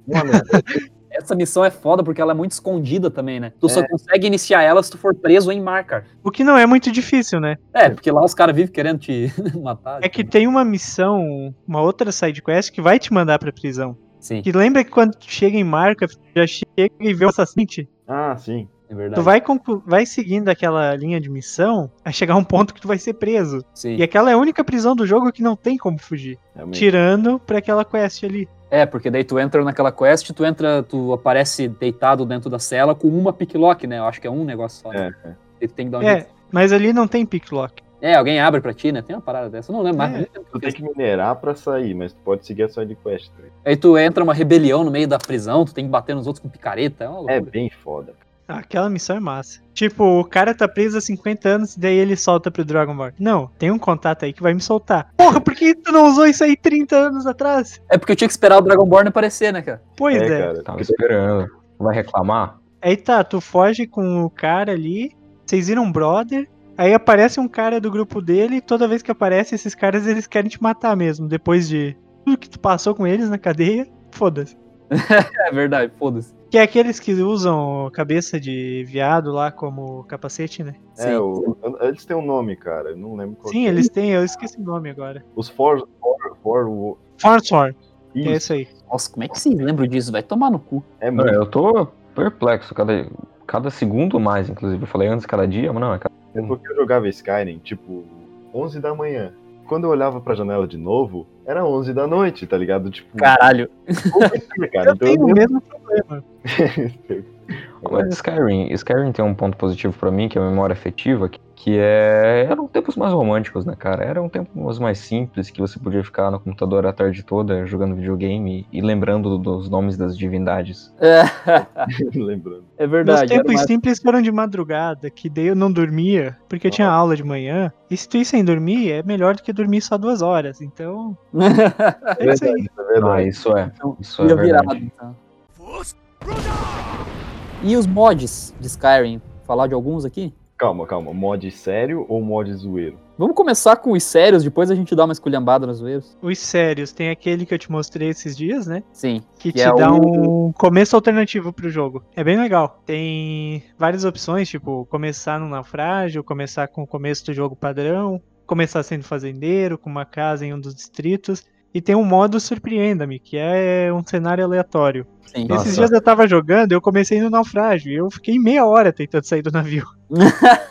Speaker 2: Uma merda.
Speaker 1: Essa missão é foda porque ela é muito escondida também, né? Tu só consegue iniciar ela se tu for preso em Markarth.
Speaker 5: O que não é muito difícil, né?
Speaker 1: É, porque lá os caras vivem querendo te matar. tipo.
Speaker 5: É que tem uma missão, uma outra side quest que vai te mandar pra prisão.
Speaker 1: Sim,
Speaker 5: Que lembra que quando tu chega em marca, tu já chega e vê o assassino.
Speaker 2: ah, sim.
Speaker 1: é verdade.
Speaker 5: Tu vai, conclu- vai seguindo aquela linha de missão, vai chegar um ponto que tu vai ser preso.
Speaker 1: Sim.
Speaker 5: E aquela é a única prisão do jogo que não tem como fugir.
Speaker 2: Realmente.
Speaker 5: Tirando pra aquela quest ali.
Speaker 1: É, porque daí tu entra naquela quest, tu entra, tu aparece deitado dentro da cela com uma picklock, né? Eu acho que é um negócio só. né? E tu tem que dar um
Speaker 5: É,
Speaker 1: jeito.
Speaker 5: mas ali não tem picklock.
Speaker 1: É, alguém abre pra ti, né? Tem uma parada dessa, eu não lembro mais.
Speaker 5: É.
Speaker 1: muito tempo que
Speaker 2: Tu
Speaker 1: eu
Speaker 2: tem
Speaker 1: fiz.
Speaker 2: que minerar pra sair, mas tu pode seguir a sidequest. Tá? ligado?
Speaker 1: Aí tu entra uma rebelião no meio da prisão, tu tem que bater nos outros com picareta, é uma
Speaker 2: É
Speaker 1: loucura.
Speaker 2: bem foda.
Speaker 5: Ah, Aquela missão é massa. Tipo, o cara tá preso há 50 anos e daí ele solta pro Dragonborn. Não, tem um contato aí que vai me soltar. Porra, por que tu não usou isso aí 30 anos atrás?
Speaker 1: É. porque eu tinha que esperar o Dragonborn aparecer, né, cara?
Speaker 5: Pois é.
Speaker 2: cara.
Speaker 3: Tava
Speaker 2: Porque
Speaker 3: esperando. Vai reclamar?
Speaker 5: Aí tá, tu foge com o cara ali, vocês viram um brother, aí aparece um cara do grupo dele, e toda vez que aparece esses caras, eles querem te matar mesmo, depois de tudo que tu passou com eles na cadeia, foda-se.
Speaker 1: É verdade, foda-se.
Speaker 5: Que é aqueles que usam cabeça de viado lá como capacete, né?
Speaker 2: É, o- Eles têm um nome, cara. Eu não lembro qual
Speaker 5: Sim,
Speaker 2: que é.
Speaker 5: eles têm, eu esqueci o nome agora.
Speaker 2: Os For... For... For...
Speaker 5: Forsword, que é
Speaker 2: Isso.
Speaker 5: isso aí.
Speaker 1: Nossa, como é que vocês lembram disso? Vai tomar no cu.
Speaker 2: É
Speaker 3: Não,
Speaker 2: muito.
Speaker 3: eu tô perplexo cada, cada segundo mais, inclusive. Eu falei antes cada dia, mas não, é cada...
Speaker 2: É porque eu jogava Skyrim, tipo, 11 da manhã. quando eu olhava pra janela de novo, era 11 da noite, tá ligado? Tipo,
Speaker 1: Caralho.
Speaker 2: cara,
Speaker 5: eu
Speaker 2: então
Speaker 5: tenho o
Speaker 2: eu-
Speaker 5: mesmo problema.
Speaker 2: Agora,
Speaker 3: Mas Skyrim, Skyrim tem um ponto positivo pra mim, que é a memória afetiva, que, que é. Eram tempos mais românticos, né, cara? Eram tempos mais simples, que você podia ficar no computador a tarde toda jogando videogame e lembrando dos nomes das divindades.
Speaker 1: É,
Speaker 2: lembrando.
Speaker 1: é
Speaker 5: Meus
Speaker 1: verdade. era
Speaker 5: tempos
Speaker 1: mais-
Speaker 5: simples foram de madrugada, que daí eu não dormia, porque eu tinha aula de manhã. E se tu ir sem dormir, é melhor do que dormir só duas horas. Então, é isso aí.
Speaker 2: É verdade.
Speaker 3: Ah, isso é.
Speaker 1: Então,
Speaker 3: Isso é
Speaker 1: Ia virado,
Speaker 3: verdade.
Speaker 1: então. E os mods de Skyrim? Falar de alguns aqui?
Speaker 2: Calma, calma. Mod sério ou mod zoeiro?
Speaker 1: Vamos começar com os sérios, depois a gente dá uma esculhambada nos zoeiros.
Speaker 5: Os sérios, tem aquele que eu te mostrei esses dias, né?
Speaker 1: Sim.
Speaker 5: Que,
Speaker 1: Que
Speaker 5: te
Speaker 1: é
Speaker 5: dá
Speaker 1: o-
Speaker 5: um começo alternativo pro jogo. É bem legal. Tem várias opções, tipo, começar no naufrágio, começar com o começo do jogo padrão, começar sendo fazendeiro, com uma casa em um dos distritos. E tem um modo surpreenda-me, que é um cenário aleatório.
Speaker 1: Sim.
Speaker 3: Nossa.
Speaker 5: Esses dias eu tava jogando, eu comecei no naufrágio, e eu fiquei meia hora tentando sair do navio.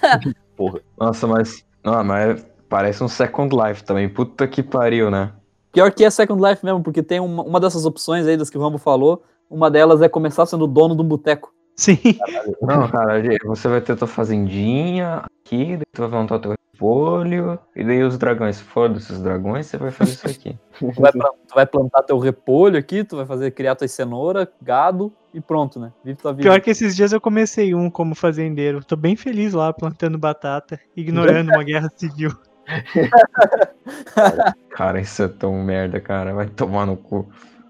Speaker 3: Nossa, mas. Ah, mas parece um Second Life também. Puta que pariu, né?
Speaker 1: Pior que é Second Life mesmo, porque tem uma, uma dessas opções aí das que o Rambo falou. Uma delas é começar sendo dono de um boteco.
Speaker 5: Sim.
Speaker 3: Não, cara, você vai ter tua fazendinha aqui, daí tu vai montar teu repolho, e daí os dragões, foda-se os dragões, você vai fazer isso aqui.
Speaker 1: Tu vai, pra- tu vai plantar teu repolho aqui, tu vai fazer criar tua cenoura, gado e pronto, né? Vive tua vida.
Speaker 5: Pior que esses dias eu comecei um como fazendeiro. Tô bem feliz lá plantando batata, ignorando uma guerra civil.
Speaker 3: Cara, isso é tão merda, cara, vai tomar no cu.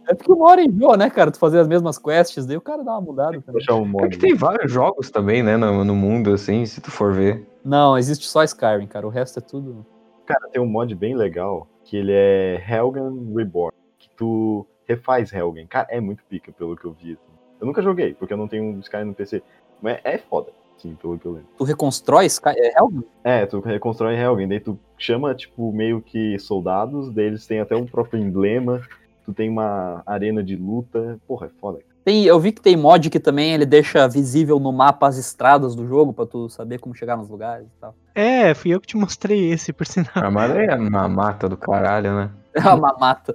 Speaker 1: É porque uma hora enjoa, né, cara? Tu fazer as mesmas quests, daí o cara dá uma mudada
Speaker 2: Vou
Speaker 1: também.
Speaker 2: achar um
Speaker 3: É
Speaker 2: mod.
Speaker 3: que tem vários jogos também, né, no, no mundo, assim, se tu for ver.
Speaker 1: Não, existe só Skyrim, cara. O resto é tudo.
Speaker 2: Cara, tem um mod bem legal que ele é Helgen Reborn, que tu refaz Helgen. Cara, é muito pica, pelo que eu vi. assim. Eu nunca joguei, porque eu não tenho um Sky no PC. Mas é foda, sim, pelo que eu lembro.
Speaker 1: Tu reconstrói Skyrim? É Helm?
Speaker 2: É, tu reconstrói Helgen, daí tu chama, tipo, meio que soldados, daí eles têm até um próprio emblema, tu tem uma arena de luta. Porra, é foda. cara.
Speaker 1: Tem, eu vi que tem mod que também ele deixa visível no mapa as estradas do jogo pra tu saber como chegar nos lugares e tal.
Speaker 5: É, fui eu que te mostrei esse, por sinal.
Speaker 3: Ah, mas aí é uma mata do caralho, né?
Speaker 1: É uma mata.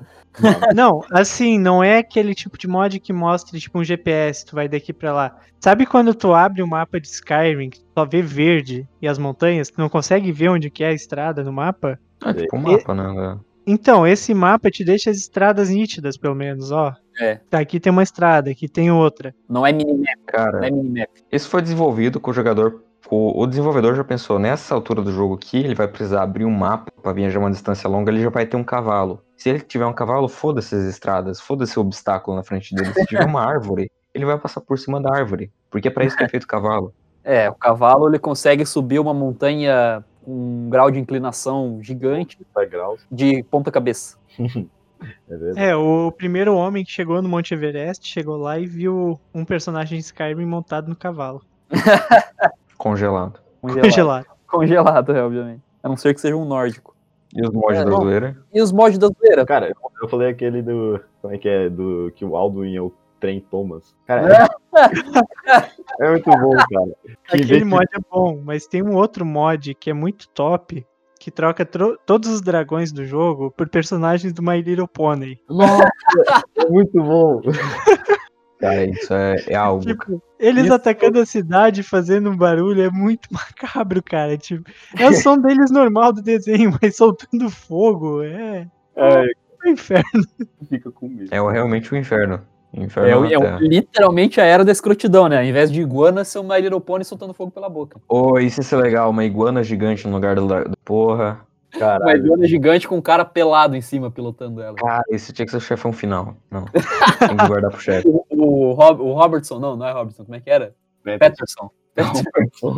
Speaker 5: Não, assim, não é aquele tipo de mod que mostra, tipo, um GPS, tu vai daqui pra lá. Sabe quando tu abre o mapa de Skyrim, que tu só vê verde e as montanhas, tu não consegue ver onde que é a estrada no mapa?
Speaker 3: É tipo um mapa, né?
Speaker 5: Então, esse mapa te deixa as estradas nítidas, pelo menos, ó. Tá,
Speaker 1: É.
Speaker 5: Aqui tem uma estrada, aqui tem outra.
Speaker 1: Não é minimap, não
Speaker 3: Cara,
Speaker 1: é minimap.
Speaker 3: isso foi desenvolvido com o jogador. O, o desenvolvedor já pensou, nessa altura do jogo aqui, ele vai precisar abrir um mapa pra viajar uma distância longa, ele já vai ter um cavalo. Se ele tiver um cavalo, foda-se as estradas, foda-se o obstáculo na frente dele. Se tiver uma árvore, ele vai passar por cima da árvore. Porque é pra isso que é feito o cavalo.
Speaker 1: É, o cavalo ele consegue subir uma montanha com um grau de inclinação gigante
Speaker 2: Graus,
Speaker 1: de ponta cabeça.
Speaker 2: é verdade.
Speaker 5: É, o primeiro homem que chegou no Monte Everest chegou lá e viu um personagem de Skyrim montado no cavalo.
Speaker 3: Congelado.
Speaker 1: Congelado.
Speaker 5: Congelado.
Speaker 1: Congelado, é, obviamente. A não ser que seja um nórdico.
Speaker 3: E os mods
Speaker 1: É,
Speaker 3: da
Speaker 1: não.
Speaker 3: zoeira?
Speaker 1: E os mods da zoeira?
Speaker 2: Cara, eu- eu falei aquele do. Como é que é? Do que o Alduin é o trem Thomas. Cara, é, é muito bom, cara. Que
Speaker 5: Aquele
Speaker 2: investi-
Speaker 5: mod é bom, mas tem um outro mod que é muito top, que troca tro- todos os dragões do jogo por personagens do My Little Pony.
Speaker 2: Nossa, é muito bom.
Speaker 3: Cara, isso é, é algo.
Speaker 5: Tipo, eles
Speaker 1: Isso.
Speaker 5: atacando a cidade, fazendo um barulho, é muito macabro, cara. Tipo, é o som deles normal do desenho, mas soltando fogo, é...
Speaker 2: Ai,
Speaker 5: é um inferno.
Speaker 2: fica com medo.
Speaker 3: É o- realmente o inferno. Inferno
Speaker 1: É,
Speaker 3: na
Speaker 1: o- é o-
Speaker 3: Terra.
Speaker 1: literalmente a era da escrotidão, né? Ao invés de iguana, ser uma My Little Pony soltando fogo pela boca.
Speaker 3: Ô, isso ia ser legal, uma iguana gigante no lugar do, da porra.
Speaker 1: Uma
Speaker 2: Caralho.
Speaker 1: iguana gigante com um cara pelado em cima, pilotando ela.
Speaker 3: Cara, esse tinha que ser o chefão final. Não. Tem que guardar pro chefe.
Speaker 1: O, o Rob- o Robertson, não, não é Robertson, como é que era?
Speaker 2: né? Tipo,
Speaker 1: Peterson.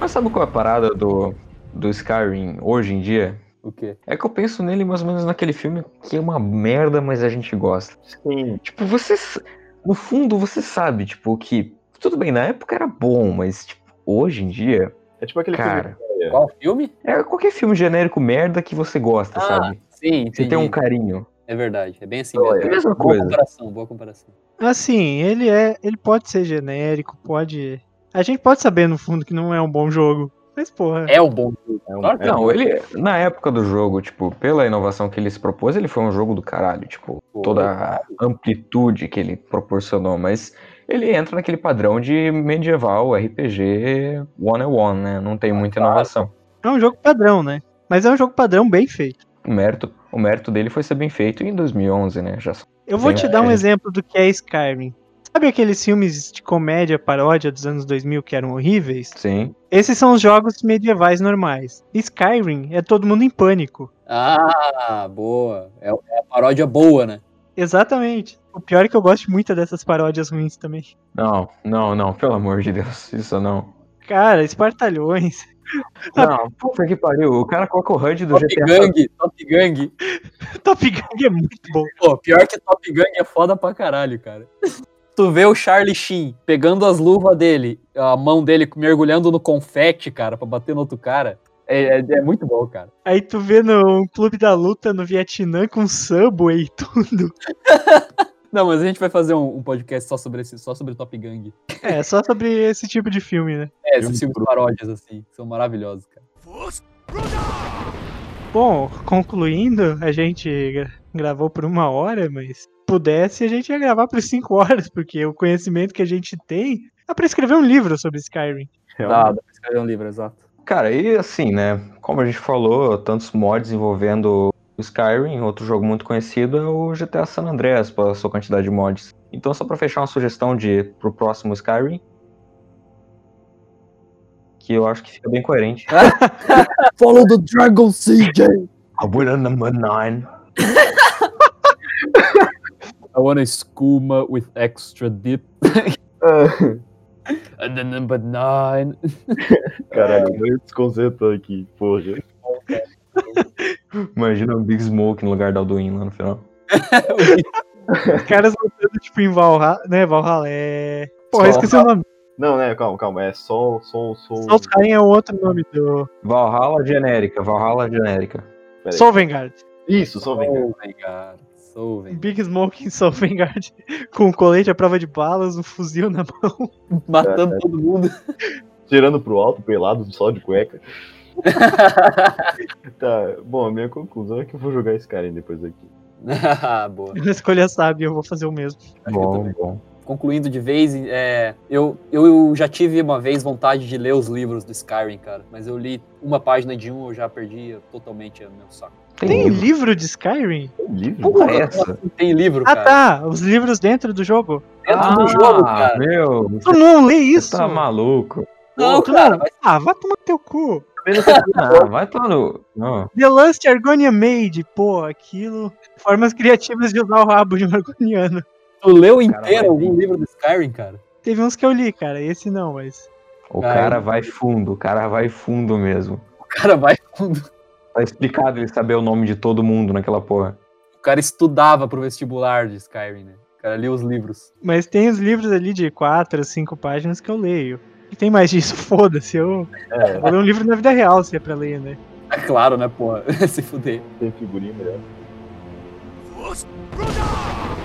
Speaker 3: Mas sabe qual é a parada do, do Skyrim hoje em dia?
Speaker 1: O quê?
Speaker 3: É que eu penso nele mais ou menos naquele filme que é uma merda, mas a gente gosta.
Speaker 2: Sim,
Speaker 3: Tipo, você. s- No fundo, você sabe, tipo, que. Tudo bem, na época era bom, mas, tipo, hoje em dia.
Speaker 2: é tipo aquele
Speaker 3: Cara,
Speaker 1: Qual filme?
Speaker 3: é qualquer filme genérico merda que você gosta,
Speaker 1: Ah,
Speaker 3: sabe?
Speaker 1: Sim,
Speaker 3: Você
Speaker 1: entendi.
Speaker 3: tem um carinho.
Speaker 1: É verdade, é bem assim
Speaker 3: Olha,
Speaker 1: mesmo.
Speaker 3: é a mesma
Speaker 1: boa
Speaker 3: coisa.
Speaker 1: comparação, boa comparação.
Speaker 5: Assim, ele é, ele pode ser genérico, pode. A gente pode saber no fundo que não é um bom jogo. Mas, porra.
Speaker 1: É um bom jogo.
Speaker 2: É um-
Speaker 1: Claro que
Speaker 2: é um-
Speaker 3: Não, ele, na época do jogo, tipo, pela inovação que ele se propôs, ele foi um jogo do caralho, tipo,
Speaker 2: Pô,
Speaker 3: toda a amplitude que ele proporcionou, mas ele entra naquele padrão de medieval, RPG, one on one, né? Não tem muita inovação.
Speaker 5: É um jogo padrão, né? Mas é um jogo padrão bem feito.
Speaker 3: O mérito, o mérito dele foi ser bem feito em 2011, né? Já
Speaker 5: Eu vou
Speaker 3: Sim,
Speaker 5: te dar um
Speaker 3: é.
Speaker 5: exemplo do que é Skyrim. Sabe aqueles filmes de comédia, paródia dos anos 2000 que eram horríveis?
Speaker 3: sim.
Speaker 5: Esses são os jogos medievais normais. Skyrim é todo mundo em pânico.
Speaker 1: Ah, boa. É, é a paródia boa, né?
Speaker 5: Exatamente. O pior é que eu gosto muito dessas paródias ruins também.
Speaker 3: Não, não, não, pelo amor de Deus, isso não.
Speaker 5: Cara, Espartalhões.
Speaker 3: Não, puta que pariu, o cara coloca o HUD do
Speaker 1: Top
Speaker 3: GTA.
Speaker 1: Gang, Top Gang.
Speaker 5: Top Gun é muito bom.
Speaker 1: Pô, pior que Top Gang é foda pra caralho, cara. Tu vê o Charlie Sheen pegando as luvas dele, a mão dele mergulhando no confete, cara, pra bater no outro cara. É, é, é muito bom, cara.
Speaker 5: Aí tu vê no Clube da Luta no Vietnã com Subway e tudo.
Speaker 1: Não, mas a gente vai fazer um, um podcast só sobre esse, só sobre Top Gang.
Speaker 5: É, só sobre esse tipo de filme, né?
Speaker 1: É,
Speaker 2: Filme
Speaker 1: esses filmes
Speaker 2: bruto.
Speaker 1: paródias, assim, são maravilhosos, cara.
Speaker 5: Bom, concluindo, a gente gra- gravou por uma hora, mas pudesse a gente ia gravar por cinco horas, porque o conhecimento que a gente tem é pra escrever um livro sobre Skyrim.
Speaker 2: É
Speaker 1: Dá, dá pra escrever um livro, exato.
Speaker 3: Cara, e assim, né? Como a gente falou, tantos mods envolvendo o Skyrim, outro jogo muito conhecido é o GTA San Andreas, pela sua quantidade de mods. Então, só pra fechar uma sugestão de pro próximo Skyrim, que eu acho que fica bem coerente.
Speaker 1: Ah! Follow the Dragon CJ!
Speaker 3: I wanna number nine.
Speaker 1: I want a skooma with extra dip.
Speaker 2: Ah,
Speaker 1: And the number nine.
Speaker 2: Caralho, eu desconcertou aqui, porra.
Speaker 3: Imagina o Big Smoke no lugar da Alduin lá no final.
Speaker 5: Os caras lutando, tipo, em Valhalla, né? Valhalla é... Porra, eu esqueci o nome.
Speaker 2: Não, né, calma, calma. É só, só, só.
Speaker 5: Solstheim é o outro nome do...
Speaker 3: Valhalla genérica, Valhalla genérica.
Speaker 2: Peraí.
Speaker 5: Solvengard.
Speaker 2: Isso, só vem. né?
Speaker 1: Oh my god. So vem.
Speaker 5: Big Smoke em Solvengard. Com um colete à prova de balas, um fuzil na mão.
Speaker 1: Matando todo mundo.
Speaker 2: Tirando pro alto, pelado, só de cueca. Tá, bom, a minha conclusão é que eu vou jogar esse cara aí depois daqui.
Speaker 1: ah, boa.
Speaker 5: A escolha sabe, eu vou fazer o mesmo.
Speaker 1: Acho que eu
Speaker 3: Bom,
Speaker 1: também.
Speaker 3: bom.
Speaker 1: Concluindo de vez, é, eu, eu já tive uma vez vontade de ler os livros do Skyrim, cara. Mas eu li uma página de um, eu já perdi totalmente o meu saco.
Speaker 5: Tem livro de Skyrim?
Speaker 2: Livre?
Speaker 3: Porra, é essa?
Speaker 1: Tem livro,
Speaker 5: Ah
Speaker 1: cara.
Speaker 5: tá, Ah, os livros dentro do jogo.
Speaker 1: Dentro do jogo, cara.
Speaker 3: meu, você
Speaker 5: Tu não lê isso?
Speaker 3: tá maluco.
Speaker 1: Não,
Speaker 5: tu
Speaker 1: cara,
Speaker 5: não-
Speaker 1: mas
Speaker 5: Ah, vai tomar teu cu.
Speaker 3: Ah, vai tá no... Não.
Speaker 5: The Lust Argonia Made, pô, aquilo. Formas criativas de usar o rabo de um argoniano.
Speaker 1: tu leu
Speaker 3: Cara, vai
Speaker 1: inteiro algum
Speaker 3: vir.
Speaker 1: livro do Skyrim, cara?
Speaker 5: Teve uns que eu li, cara, esse não, mas.
Speaker 3: O
Speaker 1: Ah,
Speaker 3: cara
Speaker 1: eu-
Speaker 3: vai fundo, o cara vai fundo mesmo.
Speaker 1: O cara vai fundo.
Speaker 3: Tá explicado ele saber o nome de todo mundo naquela porra.
Speaker 1: O cara estudava pro vestibular de Skyrim, né? O cara lia os livros.
Speaker 5: Mas tem os livros ali de quatro, cinco páginas que eu leio. E tem mais disso, foda-se, eu.
Speaker 2: É.
Speaker 5: Eu leio um livro na vida real, se é pra ler, né?
Speaker 1: É claro, né, porra? Se fuder.
Speaker 2: Tem figurinha melhor.
Speaker 6: Frost Brother!